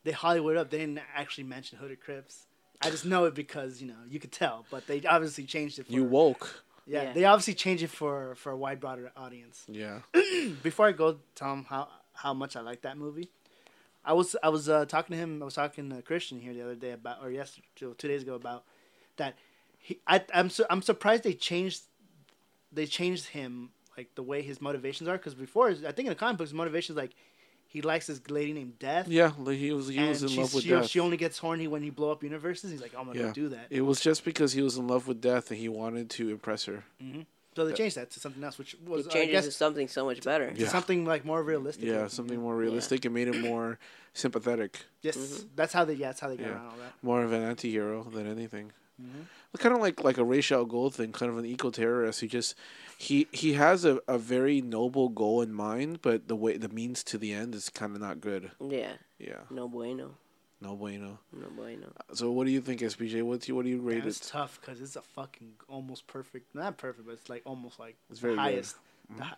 C: they Hollywood up. They didn't actually mention Hooded Crips. I just know it because you know you could tell, but they obviously changed it. For,
D: You woke.
C: Yeah,
B: Yeah.
C: they obviously changed it for for a wide broader audience.
D: Yeah.
C: Before I go tell him how how much I like that movie, I was I was uh, talking to him. I was talking to Christian here the other day about, or yesterday, two days ago about that. He, I, I'm su- I'm surprised they changed they changed him like the way his motivations are because before I think in the comic books his motivations like he likes this lady named Death.
D: Yeah, like he was he
C: And
D: was in
C: she's-
D: love with
C: she,
D: death.
C: she only gets horny when you blow up universes. He's like, "Oh, I'm gonna
D: yeah.
C: go do that.
D: It was just because he was in love with death and he wanted to impress her.
C: So they changed that to something else, which
B: He
C: was I
B: changes
C: guess
B: to something so much better.
C: to
D: Yeah.
C: something like more realistic. I
D: Yeah,
C: think,
D: something
C: yeah.
D: more realistic. It made him more sympathetic,
C: Yes, that's how they. Yeah, that's how they got
D: Yeah.
C: around all that.
D: more of an anti-hero than anything. Kind of like like a Rachel Gold thing, kind of an eco-terrorist who just he he has a, a very noble goal in mind, but the way the means to the end is kind of not good.
B: Yeah.
D: Yeah,
B: No bueno.
D: no bueno.
B: No bueno.
D: So what do you think, SBJ? What do you, what do you rate
C: And it's
D: it?
C: tough because it's a fucking almost perfect. Not perfect, but it's like almost like
D: It's
C: the
D: very Mm-hmm. good.
C: highest. the hi-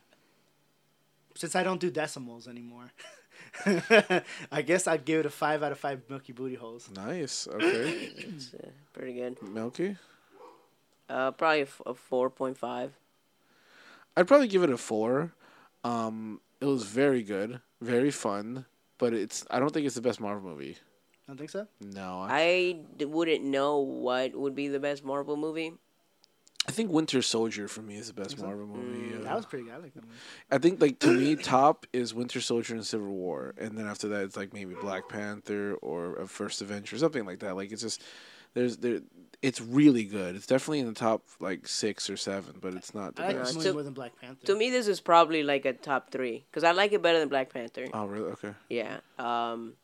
C: Since I don't do decimals anymore, I guess I'd give it a five out of five Milky Booty holes.
D: Nice. Okay,
B: It's uh, pretty good.
D: Mm. Milky.
B: Uh, probably a, f- a four point five.
D: I'd probably give it a four. Um, it was very good, very fun, but it's I don't think it's the best Marvel movie.
C: Don't think so.
D: No, I,
B: I d- wouldn't know what would be the best Marvel movie.
D: I think Winter Soldier for me is the best Marvel
B: Mm,
D: movie. yeah.
C: That was pretty good. I like that movie.
D: I think like to me top is Winter Soldier and Civil War, and then after that it's like maybe Black Panther or a First Avenger, something like that. Like it's just there's there it's really good. It's definitely in the top like six or seven, but it's not the
C: I like
D: best.
C: this
B: so-
C: movie more than Black Panther.
B: To me, this is probably like a top three because I like it better than Black Panther.
D: Oh really? Okay.
B: Yeah. Um,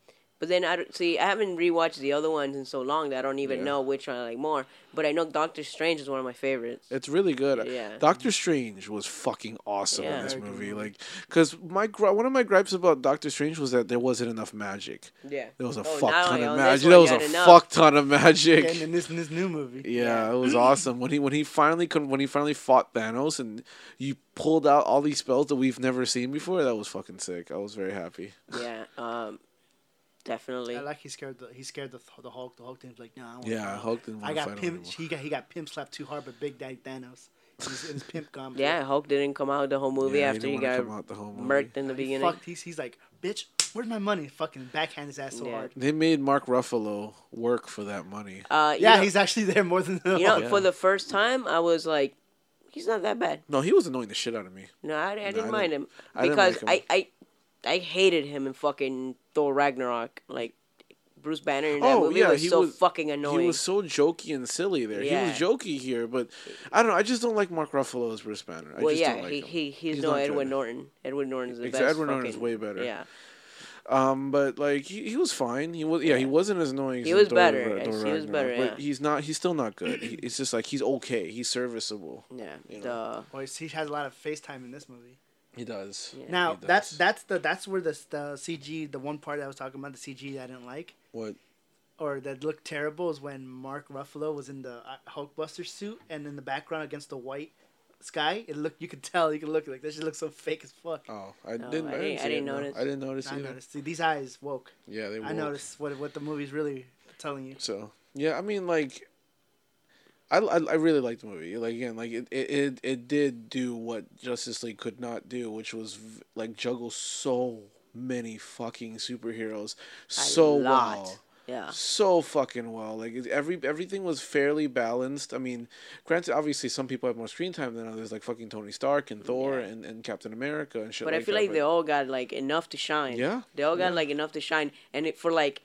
B: But then I don't, see. I haven't rewatched the other ones in so long that I don't even
D: Yeah.
B: know which one I like more. But I know Doctor Strange is one of my favorites.
D: It's really good.
B: Yeah.
D: Doctor Strange was fucking awesome
B: Yeah.
D: in this
C: Very good
D: movie. Like, because my gri- one of my gripes about Doctor Strange was that there wasn't enough magic.
B: Yeah.
D: There was a
B: Oh,
D: fuck
B: not
D: ton
B: only
D: of
B: on this
D: magic.
B: one,
D: There
B: you
D: was a
B: got enough.
D: fuck ton of magic.
C: And in this in this new movie,
D: Yeah,
B: Yeah.
D: it was awesome when he when he finally con- when he finally fought Thanos and you pulled out all these spells that we've never seen before. That was fucking sick. I was very happy.
B: Yeah. Um. Definitely.
C: I like he scared the he scared the the Hulk. The Hulk didn't like no. I don't
D: Yeah,
C: wanna-
D: Hulk didn't
C: I
D: want to
C: got
D: fight him
C: pimp.
D: anymore.
C: He got he got pimp slapped too hard by Big Daddy Thanos. And his, and his pimp gone.
B: yeah. Hulk didn't come out the whole movie
D: Yeah,
B: after
D: didn't
B: he
D: wanna
B: got
D: come out the whole movie.
B: murked in the
C: he
B: beginning.
C: fucked. He's, he's like, bitch, where's my money? Fucking backhand his ass so
B: Yeah.
C: hard.
D: They made Mark Ruffalo work for that money.
B: Uh, you
C: Yeah,
B: know-
C: he's actually there more than the
B: You know,
C: Hulk.
B: for the first time, I was like, he's not that bad.
D: No, he was annoying the shit out of me.
B: No, I, I didn't
D: I
B: mind
D: didn't-
B: him
D: I didn't
B: because
D: like him.
B: I, I I hated him in fucking Thor Ragnarok. Like Bruce Banner in that
D: Oh,
B: movie
D: yeah,
B: was
D: he
B: so
D: was-
B: fucking annoying.
D: He was so jokey and silly there. He
B: Yeah.
D: was jokey here, but I don't know. I just don't like Mark Ruffalo as Bruce Banner. I
B: well,
D: just
B: yeah,
D: don't like
B: he,
D: him.
B: he he's,
D: He's
B: no
D: not
B: Edward
D: good.
B: Norton. Edward Norton's the
D: Exa-
B: best.
D: Edward Norton's
B: fucking-
D: way better.
B: Yeah,
D: Um, but like he, he was fine. He was yeah. He wasn't as annoying.
B: He
D: as
B: was
D: Thor-
B: better.
D: Thor
B: Yes, he was
D: Ragnarok,
B: better,
D: But
B: yeah.
D: he's not. He's still not good. He, it's just like he's okay. He's serviceable.
B: yeah.
D: You
B: The
C: Boy, he has a lot of FaceTime in this movie.
D: He does.
B: Yeah.
C: Now
D: He does.
C: that's that's the that's where the the CG the one part I was talking about the CG I didn't like
D: What?
C: or that looked terrible is when Mark Ruffalo was in the uh, Hulkbuster suit and in the background against the white sky it looked you could tell you could look like this shit looks so fake as fuck.
D: Oh, I
B: No,
D: didn't.
B: I didn't-
D: I, didn't,
B: I
D: see it,
B: didn't
D: no.
B: notice.
D: I didn't notice
C: I
D: either.
C: noticed. See, these eyes woke.
D: Yeah, they.
C: I
D: woke.
C: noticed what what the movie's really telling you.
D: So yeah, I mean like. I, I, I really liked the movie. Like again, like it, it, it, it did do what Justice League could not do, which was v- like juggle so many fucking superheroes so
B: lot.
D: well.
B: yeah.
D: so fucking well. Like it- every everything was fairly balanced. I mean, granted, obviously some people have more screen time than others, like fucking Tony Stark and Thor
B: Yeah.
D: and, and Captain America and shit.
B: But
D: like
B: I feel
D: that,
B: like they all got like enough to shine.
D: Yeah,
B: They all got
D: yeah.
B: like enough to shine. And it, for like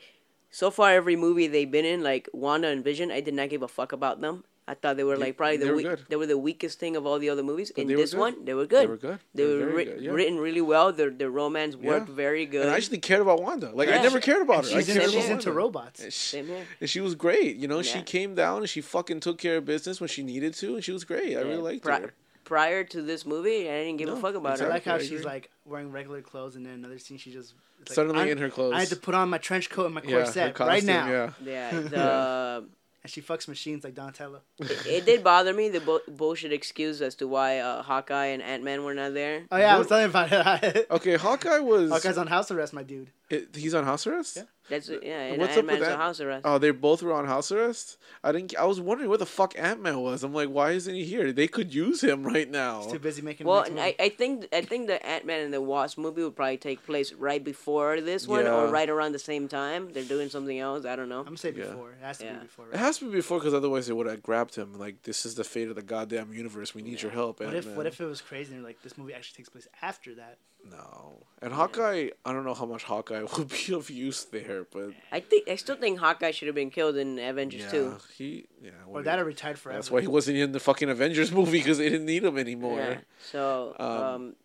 B: so far every movie they've been in, like Wanda and Vision, I did not give a fuck about them. I thought they were like probably
D: they
B: the
D: were
B: weak,
D: good.
B: they were the weakest thing of all the other movies. in
D: they were
B: this
D: good.
B: one, they were good.
D: They were good.
B: They
D: They were
B: were
D: very
B: writ-
D: good, yeah.
B: written really well. Their their romance
D: Yeah.
B: worked very good.
D: And I actually cared about Wanda. Like
B: Yeah.
D: I never cared about her.
C: She's,
D: I
C: in,
D: cared
C: she's
D: about
C: into
D: Wanda.
C: robots.
D: And she-
B: Same here.
D: And she was great. You know, she
B: Yeah.
D: came down and she fucking took care of business when she needed to, and she was great. I really liked
B: Pri-
D: her.
B: Prior to this movie, I didn't give a
D: No,
B: fuck about
C: I
D: exactly.
B: her.
C: like how
D: I
C: she's
D: agree.
C: like wearing regular clothes, and then another scene she just it's like,
D: Suddenly
C: "I'm-
D: in her clothes.
C: I had to put on my trench coat and my
D: yeah, her
C: corset right
D: costume,
C: now.
D: Yeah.
B: Yeah, the,
C: And she fucks machines like Donatello.
B: it, it did bother me the bu- bullshit excuse as to why uh, Hawkeye and Ant Man were not there.
C: Oh yeah, I was telling you about it.
D: Okay, Hawkeye was.
C: Hawkeye's on house arrest, my dude.
D: it- he's on house arrest.
C: Yeah.
B: That's yeah, and
D: What's
B: Ant
D: up with
B: Man's on
D: that?
B: house arrest.
D: Oh, they both were on house arrest. I didn't. I was wondering where the fuck Ant Man was. I'm like, why isn't he here? They could use him right now.
C: He's too busy making.
B: Well,
C: the next
B: and
C: movie.
B: I, I think I think the Ant Man and the Wasp movie would probably take place right before this one, or
D: Yeah.
B: right around the same time. They're doing something else. I don't know.
C: I'm gonna say
D: Yeah.
C: before. It has to
B: Yeah.
C: be before.
D: It
C: Right?
D: has to be before, because otherwise they would have grabbed him. Like, this is the fate of the goddamn universe. We need your help.
C: What
D: Ant-Man.
C: if what if it was crazy and like this movie actually takes place after that?
D: No. And Hawkeye, I don't know how much Hawkeye would be of use there, but
B: I think I still think Hawkeye should have been killed in Avengers
D: yeah,
B: Two.
D: he yeah.
C: Or
D: what-
C: that are retired forever.
D: that's why he wasn't in the fucking Avengers movie because they didn't need him anymore.
B: Yeah. So, um,
D: Um,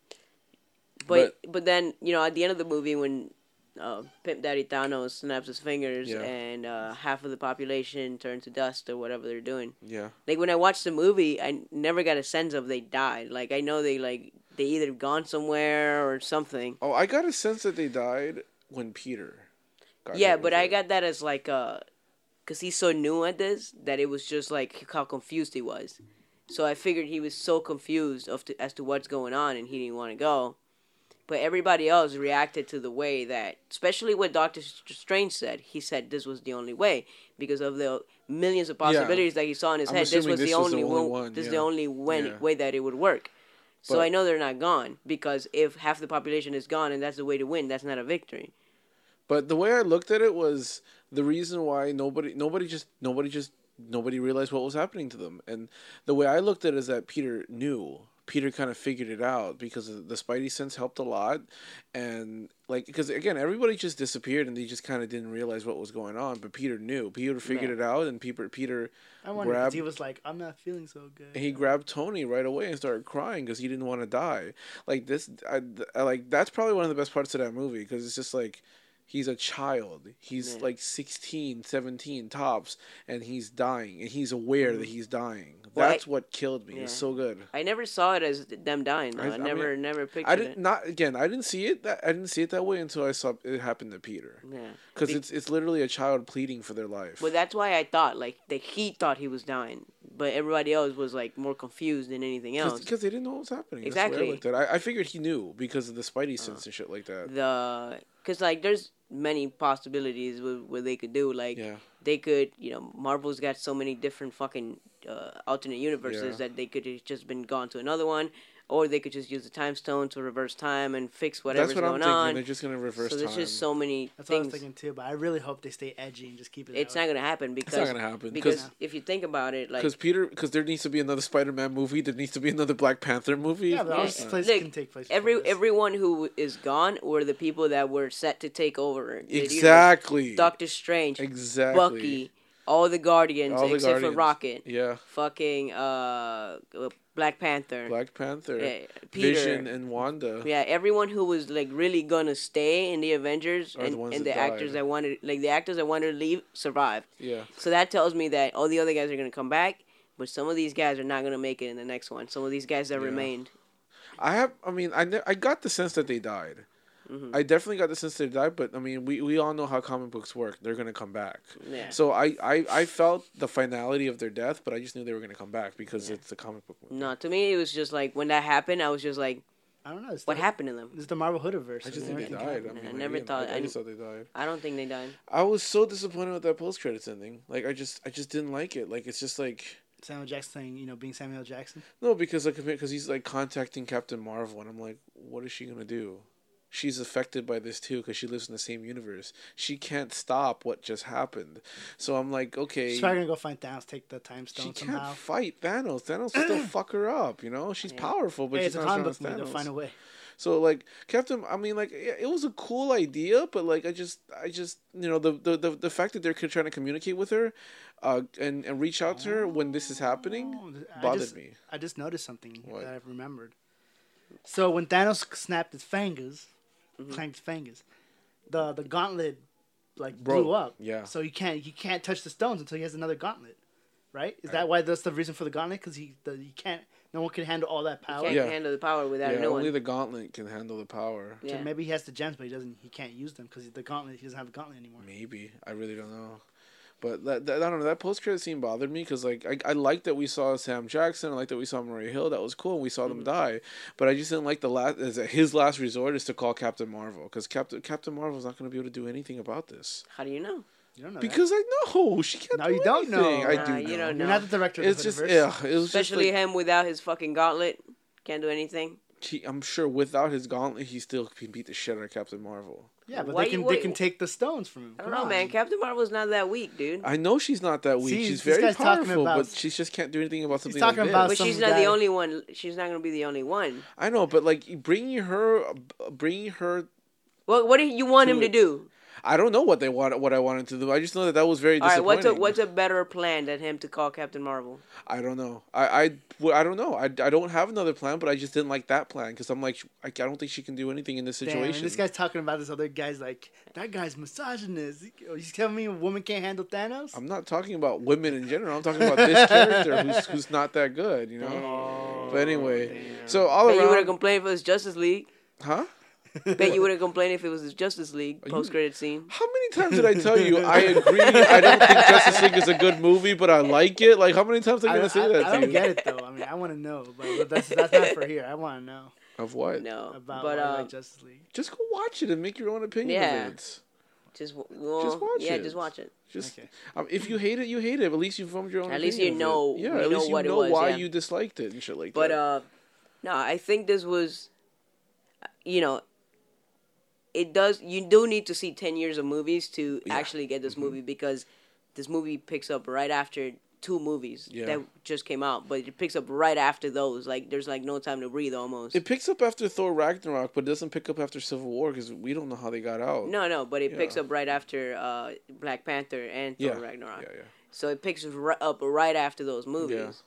B: but, but then you know at the end of the movie when uh, Pimp Daddy Thanos snaps his fingers
D: Yeah.
B: and uh, half of the population turns to dust or whatever they're doing.
D: Yeah.
B: Like when I watched the movie, I never got a sense of they died. Like I know they like they either gone somewhere or something.
D: Oh, I got a sense that they died when Peter. Got
B: yeah,
D: hit
B: but
D: with
B: I
D: it.
B: got that as like uh, cause he's so new at this that it was just like how confused he was. So I figured he was so confused of to, as to what's going on and he didn't want to go. But everybody else reacted to the way that, especially what Doctor Strange said. He said this was the only way because of the millions of possibilities that he saw in his
D: I'm
B: head. This
D: assuming
B: was
D: this
B: the
D: was the
B: only,
D: only
B: wo-
D: one,
B: This is
D: yeah.
B: the only when,
D: Yeah.
B: way that it would work. So
D: But-
B: I know they're not gone because if half the population is gone and that's the way to win, that's not a victory.
D: But the way I looked at it was the reason why nobody nobody just nobody just nobody realized what was happening to them. And the way I looked at it is that Peter knew. Peter kind of figured it out because the Spidey sense helped a lot, and like because again everybody just disappeared and they just kind of didn't realize what was going on. But Peter knew. Peter figured
B: Yeah.
D: it out, and Peter Peter
C: I wonder because
D: grabbed-
C: he was like, I'm not feeling so good.
D: and he grabbed Tony right away and started crying because he didn't want to die. Like this, I, I- like that's probably one of the best parts of that movie because it's just like He's a child. He's
B: Yeah.
D: like 16, 17 tops, and he's dying, and he's aware that he's dying.
B: Well, I-
D: That's what killed me. It's
B: Mm. Yeah.
D: so good.
B: I never saw it as them dying. Though.
D: I-
B: I,
D: I mean,
B: never, never pictured
D: I didn't
B: it.
D: not again. I didn't see it. That, I didn't see it that way until I saw it happen to Peter.
B: Yeah.
D: Because
B: Mm. Be-
D: it's it's literally a child pleading for their life.
B: Well, that's why I thought like that he thought he was dying, but everybody else was like more confused than anything else.
D: because they didn't know what was happening.
B: Exactly. Uh.
D: That's the way I, looked at it. I, I figured he knew because of the Spidey sense and shit like that.
B: The because like there's many possibilities with what they could do. Like
D: Yeah.
B: they could, you know, Marvel's got so many different fucking uh, alternate universes
D: Yeah.
B: that they could have just been gone to another one, or they could just use the time stone to reverse time and fix whatever's
D: That's what I'm
B: going
D: thinking.
B: on.
D: They're just gonna reverse
B: so there's
D: time.
B: just so many
C: That's what I was
B: things.
C: thinking too. But I really hope they stay edgy and just keep it.
B: It's
C: that
B: not gonna happen because
D: gonna happen,
B: because
D: 'cause-
B: if you think about it, like
D: Because Peter, because there needs to be another Spider-Man movie. There needs to be another Black Panther movie.
C: way. yeah, but all
B: Yeah.
C: this place
B: Look,
C: can take place. before
B: every
C: this.
B: everyone who is gone were the people that were set to take over. the universe.
D: exactly.
B: Doctor Strange,
D: Exactly.
B: Bucky, all the Guardians
D: All the
B: except
D: Guardians.
B: for Rocket,
D: Yeah,
B: fucking uh, Black Panther,
D: Black Panther,
B: yeah, Peter.
D: Vision, and Wanda.
B: Yeah, everyone who was like really gonna stay in the Avengers
D: Are the
B: and,
D: ones
B: and
D: that
B: the actors
D: died.
B: that wanted like the actors that wanted to leave survived.
D: Yeah.
B: So that tells me that all the other guys are gonna come back, but some of these guys are not gonna make it in the next one. Some of these guys that remained.
D: I have. I mean, I ne- I got the sense that they died.
B: Mm-hmm.
D: I definitely got the sense they died, but I mean, we, we all know how comic books work. They're gonna come back.
B: Yeah.
D: So I, I, I felt the finality of their death, but I just knew they were gonna come back because it's a comic book movie.
B: No, to me it was just like when that happened, I was just like,
C: I don't know. It's
B: what
C: the,
B: happened to them?
C: It's the Marvel Hoodiverse.
D: I just
C: and
D: think
C: everything
D: they died. I,
C: happened.
D: mean,
B: I never
D: again,
B: thought-
D: I, I
B: I
D: just thought they died.
B: I don't think they died.
D: I was so disappointed with that post credits ending. Like I just I just didn't like it. Like it's just like
C: Samuel Jackson saying, you know, being Samuel L. Jackson.
D: no because like because he's like contacting Captain Marvel and I'm like what is she gonna do? She's affected by this too because she lives in the same universe. She can't stop what just happened. So I'm like okay.
C: She's probably gonna go find Thanos, take the time
D: She
C: stone
D: can't
C: somehow.
D: fight Thanos. Thanos will still fuck her up, you know? She's powerful, but
C: Hey,
D: she's
C: it's a
D: not
C: comic book
D: as strong
C: movie.
D: as
C: They'll
D: Thanos.
C: find a way.
D: So like Captain, I mean like yeah, it was a cool idea, but like I just I just you know the the the, the fact that they're co- trying to communicate with her, uh, and and reach out to her when this is
C: Oh,
D: happening
C: th- I
D: bothered
C: just-
D: me.
C: I just noticed something
D: What?
C: that I've remembered. So when Thanos snapped his fingers,
D: Mm-hmm.
C: clanked his fingers, the the gauntlet like
D: Broke,
C: blew up.
D: yeah.
C: So you can't you can't touch the stones until he has another gauntlet, right? Is that why that's the reason for the gauntlet? Because he the, you can't no one can handle all that power.
B: Can't
D: Oh, Yeah.
B: handle the power without
D: Yeah,
B: a new
D: only
B: one.
D: the gauntlet can handle the power.
B: yeah.
C: So maybe he has the gems, but he doesn't. He can't use them because the gauntlet. He doesn't have the gauntlet anymore.
D: Maybe I really don't know, but that, that I don't know. That post credit scene bothered me because like I I liked that we saw Sam Jackson. I liked that we saw Maria Hill. That was cool. and We saw them die, but I just didn't like the last. Is that his last resort is to call Captain Marvel because Captain Captain Marvel's not going to be able to do anything about this.
B: How do you know?
C: You don't know that.
D: Because I know she can't.
C: No,
D: do
C: you don't
D: anything.
C: know.
D: I
B: Nah,
D: do.
B: you
D: know.
B: don't
C: you're
B: know.
C: not the director. Of
D: It's
C: the
D: just
C: Hoodiverse.
D: yeah. It was
B: Especially
D: just like,
B: him without his fucking gauntlet. Can't do anything.
D: he, I'm sure without his gauntlet, he still can beat the shit out of Captain Marvel.
C: Yeah, but
B: Why
C: they
B: you-
C: can
B: why
C: they
B: you-
C: can take the stones from him.
B: I don't
C: Come
B: know,
C: on.
B: man. Captain Marvel's not that weak, dude.
D: I know she's not that weak.
C: See,
D: she's
C: this
D: very
C: guy's talking
D: powerful,
C: about-
D: but she just can't do anything about something.
C: talking
D: like
C: about
D: this.
B: but she's
C: some
B: not
C: guy-
B: the only one. She's not gonna be the only one.
D: I know, but like bringing her, bringing her.
B: Well, what do you want him to do?
D: I don't know what they want. What I wanted to do. I just know that that was very
B: All right, what's
D: disappointing.
B: a what's a better plan than him to call Captain Marvel?
D: I don't know. I I, well, I don't know. I, I don't have another plan, but I just didn't like that plan because I'm like I, I don't think she can do anything in this
C: Damn, and
D: situation.
C: this guy's talking about this other guy's like, that guy's misogynist. Are you telling me a woman can't handle Thanos?
D: I'm not talking about women in general. I'm talking about this character who's who's not that good, you know. but anyway, so all
B: Bet you would have
D: around,
B: complained if it was Justice League.
D: huh?
B: Bet you would have complained if it was his Justice League
D: you-
B: post credit scene.
D: How many times did I tell you I agree? I don't think Justice League is a good movie, but I like it. Like how many times am I
C: I,
D: gonna
C: I-
D: say that
C: I
D: to
C: don't
D: you?
C: get it though. I mean, I want to know, but, but that's that's not for here. I want to know
D: Of what?
B: No,
C: about
B: but
C: why I
B: uh,
C: like Justice League.
D: Just go watch it and make your own opinion
B: Yeah.
D: of it.
B: just w- well,
D: Just watch
B: yeah,
D: it.
B: just watch it.
D: Just
C: Okay.
D: um, if you hate it, you hate it. But at least you formed your own.
B: At
D: opinion
B: least you
D: of it.
B: know-
D: Yeah,
B: you
D: at
B: know
D: least you
B: what it
D: know
B: was,
D: why
B: yeah.
D: you disliked it and shit like
B: But
D: that.
B: uh, no, I think this was, you know, it does. You do need to see ten years of movies to actually get
D: Mm-hmm.
B: this movie because this movie picks up right after two movies
D: Yeah.
B: that just came out, but it picks up right after those. Like, there's like no time to breathe almost.
D: it picks up after Thor Ragnarok, but it doesn't pick up after Civil War because we don't know how they got out.
B: no, no, but it picks
D: Yeah.
B: up right after uh, Black Panther and Thor
D: Yeah.
B: Ragnarok.
D: Yeah, yeah.
B: So it picks r- up right after those movies.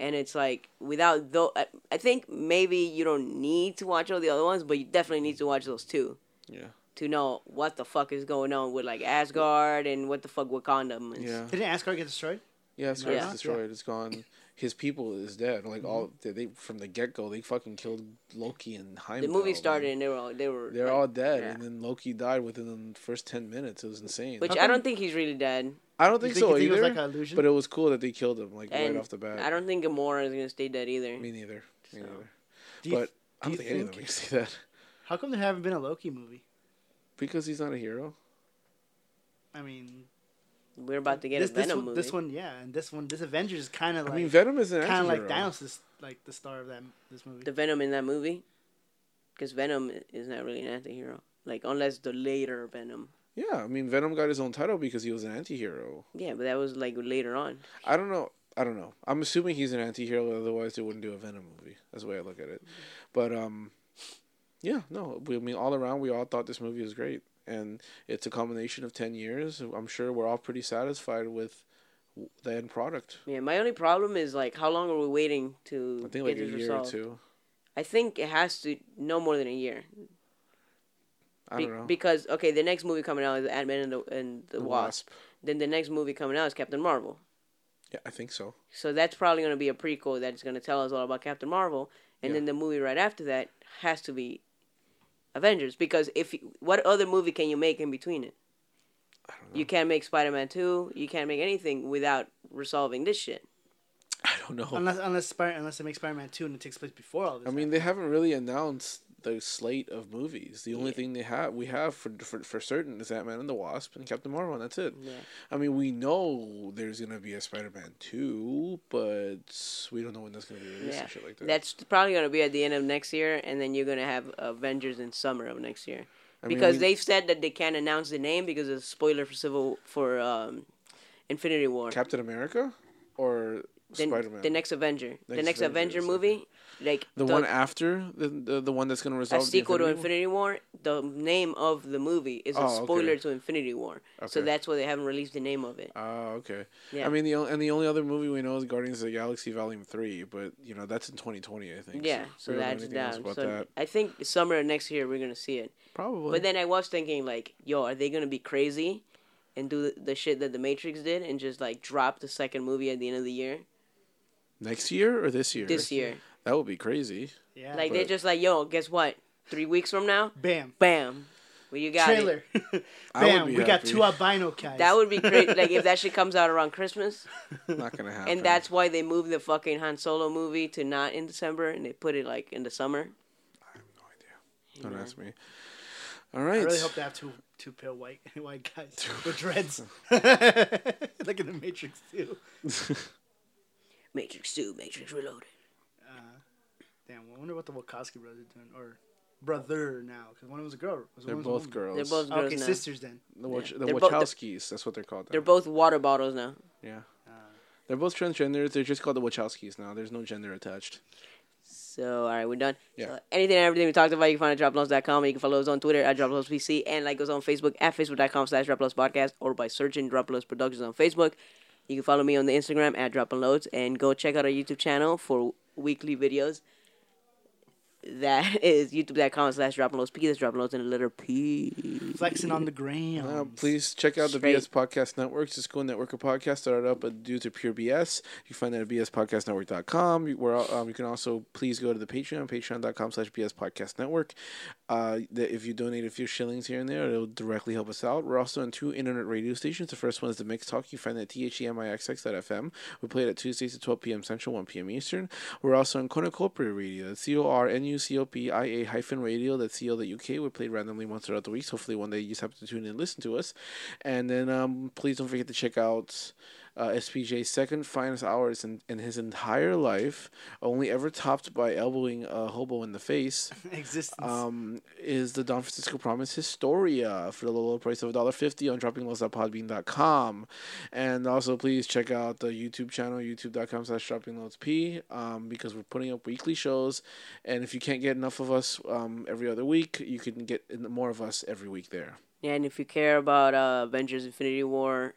B: And it's like without though, I, I think maybe you don't need to watch all the other ones, but you definitely need to watch those two
D: Yeah.
B: to know what the fuck is going on with like Asgard and what the fuck Wakanda means.
D: Yeah.
C: Didn't Asgard get destroyed?
D: Yeah, Asgard's
B: Yeah.
D: destroyed. It's gone. His people is dead. Like all
C: Mm-hmm.
D: they, they from the get go, they fucking killed Loki and Heimdall.
B: The movie
D: man.
B: started and they were all, they were
D: They're
B: like-
D: all dead,
B: yeah.
D: and then Loki died within the first ten minutes. It was insane.
B: which
C: How
B: I
C: come-
B: don't think he's really dead.
D: I don't
C: You
D: think so
C: you
D: either.
C: it was like an illusion?
D: but it was cool that they killed him like
B: And
D: right off the bat.
B: I don't think Gamora is gonna stay dead either.
D: Me neither. Me neither.
C: do you,
D: but I
C: do
D: don't
C: you
D: think any of
C: think-
D: them can see that
C: how come there haven't been a Loki movie?
D: because he's not a hero.
C: I mean,
B: We're about to get
C: this,
B: a
C: this
B: Venom
C: one,
B: movie.
C: this one, yeah, and this one, this Avengers is kind of like
D: I mean, Venom is an
C: kind of
D: action
C: like
D: hero.
C: Thanos is like the star of that this movie.
B: the Venom in that movie, because Venom i- is not really an anti-hero. Like unless the later Venom.
D: Yeah, I mean, Venom got his own title because he was an anti-hero.
B: Yeah, but that was like later on.
D: I don't know. I don't know. I'm assuming he's an anti-hero, otherwise they wouldn't do a Venom movie. That's the way I look at it. But um, yeah, no. We I mean all around, we all thought this movie was great, and it's a combination of ten years. I'm sure we're all pretty satisfied with w- the end product.
B: Yeah, my only problem is like how long are we waiting to
D: I think
B: get
D: like a
B: this
D: year
B: resolved?
D: or two.
B: I think it has to no more than a year.
D: I
B: Be-
D: don't know.
B: Because okay, the next movie coming out is Ant Man and the, and the,
D: The
B: Wasp. Then the next movie coming out is Captain Marvel.
D: Yeah, I think so.
B: So that's probably going to be a prequel that's going to tell us all about Captain Marvel, and then the movie right after that has to be Avengers. Because if you- what other movie can you make in between it? You can't make Spider Man two. You can't make anything without resolving this shit.
D: I don't know.
C: Unless unless Spider unless they make Spider Man two and it takes place before all this.
D: I mean, they haven't really announced the slate of movies. The only thing they have, we have for, for for certain, is Ant Man and the Wasp and Captain Marvel, and that's it.
B: Yeah.
D: I mean, we know there's gonna be a Spider Man two, but we don't know when that's gonna be released
B: Yeah.
D: and shit like that.
B: That's probably going to be at the end of next year, and then you're going to have Avengers in summer of next year.
D: I mean,
B: Because
D: we-
B: they've said that they can't announce the name because it's a spoiler for Civil for um, Infinity War.
D: Captain America or
B: the,
D: Spider Man,
B: the next Avenger, the
D: Next
B: next
D: Avengers,
B: Avenger
D: okay.
B: movie, like
D: the one after the, the the one that's gonna
B: a
D: resolve the
B: sequel to
D: Infinity War?
B: Infinity War. The name of the movie is a
D: Oh, okay.
B: spoiler to Infinity War, so
D: Okay.
B: that's why they haven't released the name of it.
D: Oh, okay.
B: Yeah.
D: I mean, the o- and the only other movie we know is Guardians of the Galaxy Volume Three, but you know that's in 2020, I think.
B: yeah, so
D: we don't know
B: that's
D: anything else
B: down.
D: about
B: So
D: that.
B: I think summer of next year we're gonna see it.
D: Probably.
B: But then I was thinking like, yo, are they gonna be crazy and do the shit that the Matrix did and just like drop the second movie at the end of the year
D: Next year or this year?
B: this year?
D: That would be crazy.
C: yeah,
B: Like they're
D: But-
B: just like, yo, guess what? Three weeks from now,
C: bam
B: bam, well you got it.
C: trailer,
D: I would
C: bam.
D: be
C: We got
D: happy.
C: two albino guys.
B: That would be crazy. like if that shit comes out around Christmas,
D: Not gonna happen.
B: and that's why they moved the fucking Han Solo movie to not in December, and they put it like in the summer.
D: no idea. Don't ask me. All right.
C: I really hope they have two two pale white white guys with dreads, like in the Matrix too.
B: Matrix Two, Matrix Reloaded.
C: Damn, I wonder what the Wachowski brothers are doing, or brother now, because one of them's a girl. Was
D: they're
C: one was a
D: both
C: woman.
D: girls.
B: They're both girls
C: Okay,
B: now.
C: sisters then.
D: the, Wach- the
B: They're both- they're-
D: Wachowskis. that's what they're called.
B: They're
D: now.
B: both water bottles now.
D: yeah. They're both transgenders. They're just called the Wachowskis now. There's no gender attached.
B: So, all right, we're done.
D: Yeah.
B: So, anything and everything we talked about, you can find at droploss.com. You can follow us on Twitter at droplosspc and like us on Facebook at facebook.com slash podcast or by searching Droploss Productions on Facebook. You can follow me on the Instagram at dropandloads and go check out our YouTube channel for weekly videos. That is youtube.com slash droploss. That's droploss in the letter P.
C: Flexing on the gram.
D: Uh, please check out the
B: Straight.
D: BS Podcast Network. Just go network of podcasts started up uh, due to pure BS. You can find that at bspodcastnetwork.com. You, where, um, you can also please go to the Patreon, patreon.com slash BS Podcast Network. Uh, the, if you donate a few shillings here and there, it'll directly help us out. We're also on two internet radio stations. The first one is the Mix Talk. You find that E at themixx.fm. We play it at Tuesdays at 12 p.m. Central, 1 p.m. Eastern. We're also on Cornucopia Radio. That's C-O-R-N-U-C-O-P-I-A hyphen radio. That's C-O that UK. We play randomly once throughout the week. So hopefully one day you just have to tune in and listen to us. And then um, please don't forget to check out uh, SPJ's second finest hours in, in his entire life, only ever topped by elbowing a hobo in the face
C: Existence.
D: um, is the Don Francisco Promise Historia for the low, low price of $1.50 on droppingloads.podbean.com. And also, please check out the YouTube channel, youtube.com slash droppingloadsp, um, because we're putting up weekly shows. And if you can't get enough of us um, every other week, you can get in- more of us every week there.
B: Yeah, and if you care about uh, Avengers Infinity War,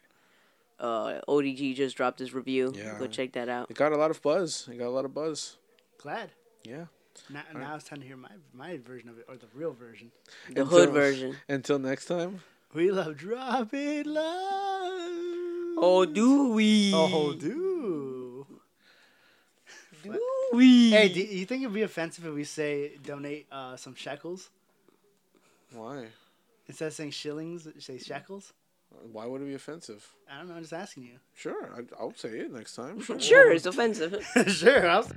B: uh, ODG just dropped his review.
D: Yeah.
B: Go check that out.
D: It got a lot of buzz. It got a lot of buzz.
C: Glad.
D: Yeah.
C: Now, now it's time to hear my my version of it or the real version.
B: The hood
D: Until-
B: version.
D: Until next time.
C: We love dropping love.
B: Oh, do we?
C: Oh, do.
B: do we?
C: Hey, do you think it'd be offensive if we say donate uh, some shekels
D: Why?
C: instead of saying shillings? Say shekels.
D: Why would it be offensive?
C: I don't know. I'm just asking you.
D: Sure, I, I'll say it next time. Sure.
B: sure, it's offensive.
C: sure. I'll...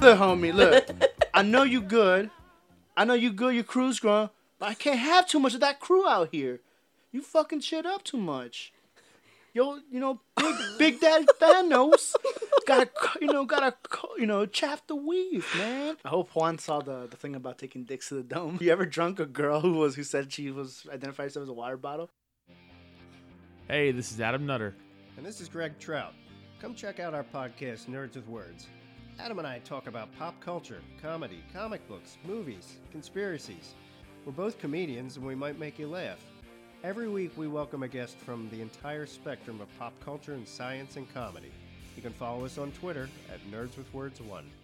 C: Look, homie. Look, I know you good. I know you good. Your crew's grown, but I can't have too much of that crew out here. You fucking shit up too much. Yo, you know, big, big daddy Thanos got to you know got to you know chaff the weave, man. I hope Juan saw the the thing about taking dicks to the dome. You ever drunk a girl who was who said she was identified herself as a water bottle?
E: Hey, this is Adam Nutter.
F: And this is Greg Trout. Come check out our podcast, Nerds with Words. Adam and I talk about pop culture, comedy, comic books, movies, conspiracies. We're both comedians and we might make you laugh. Every week, we welcome a guest from the entire spectrum of pop culture and science and comedy. You can follow us on Twitter at Nerds with Words 1.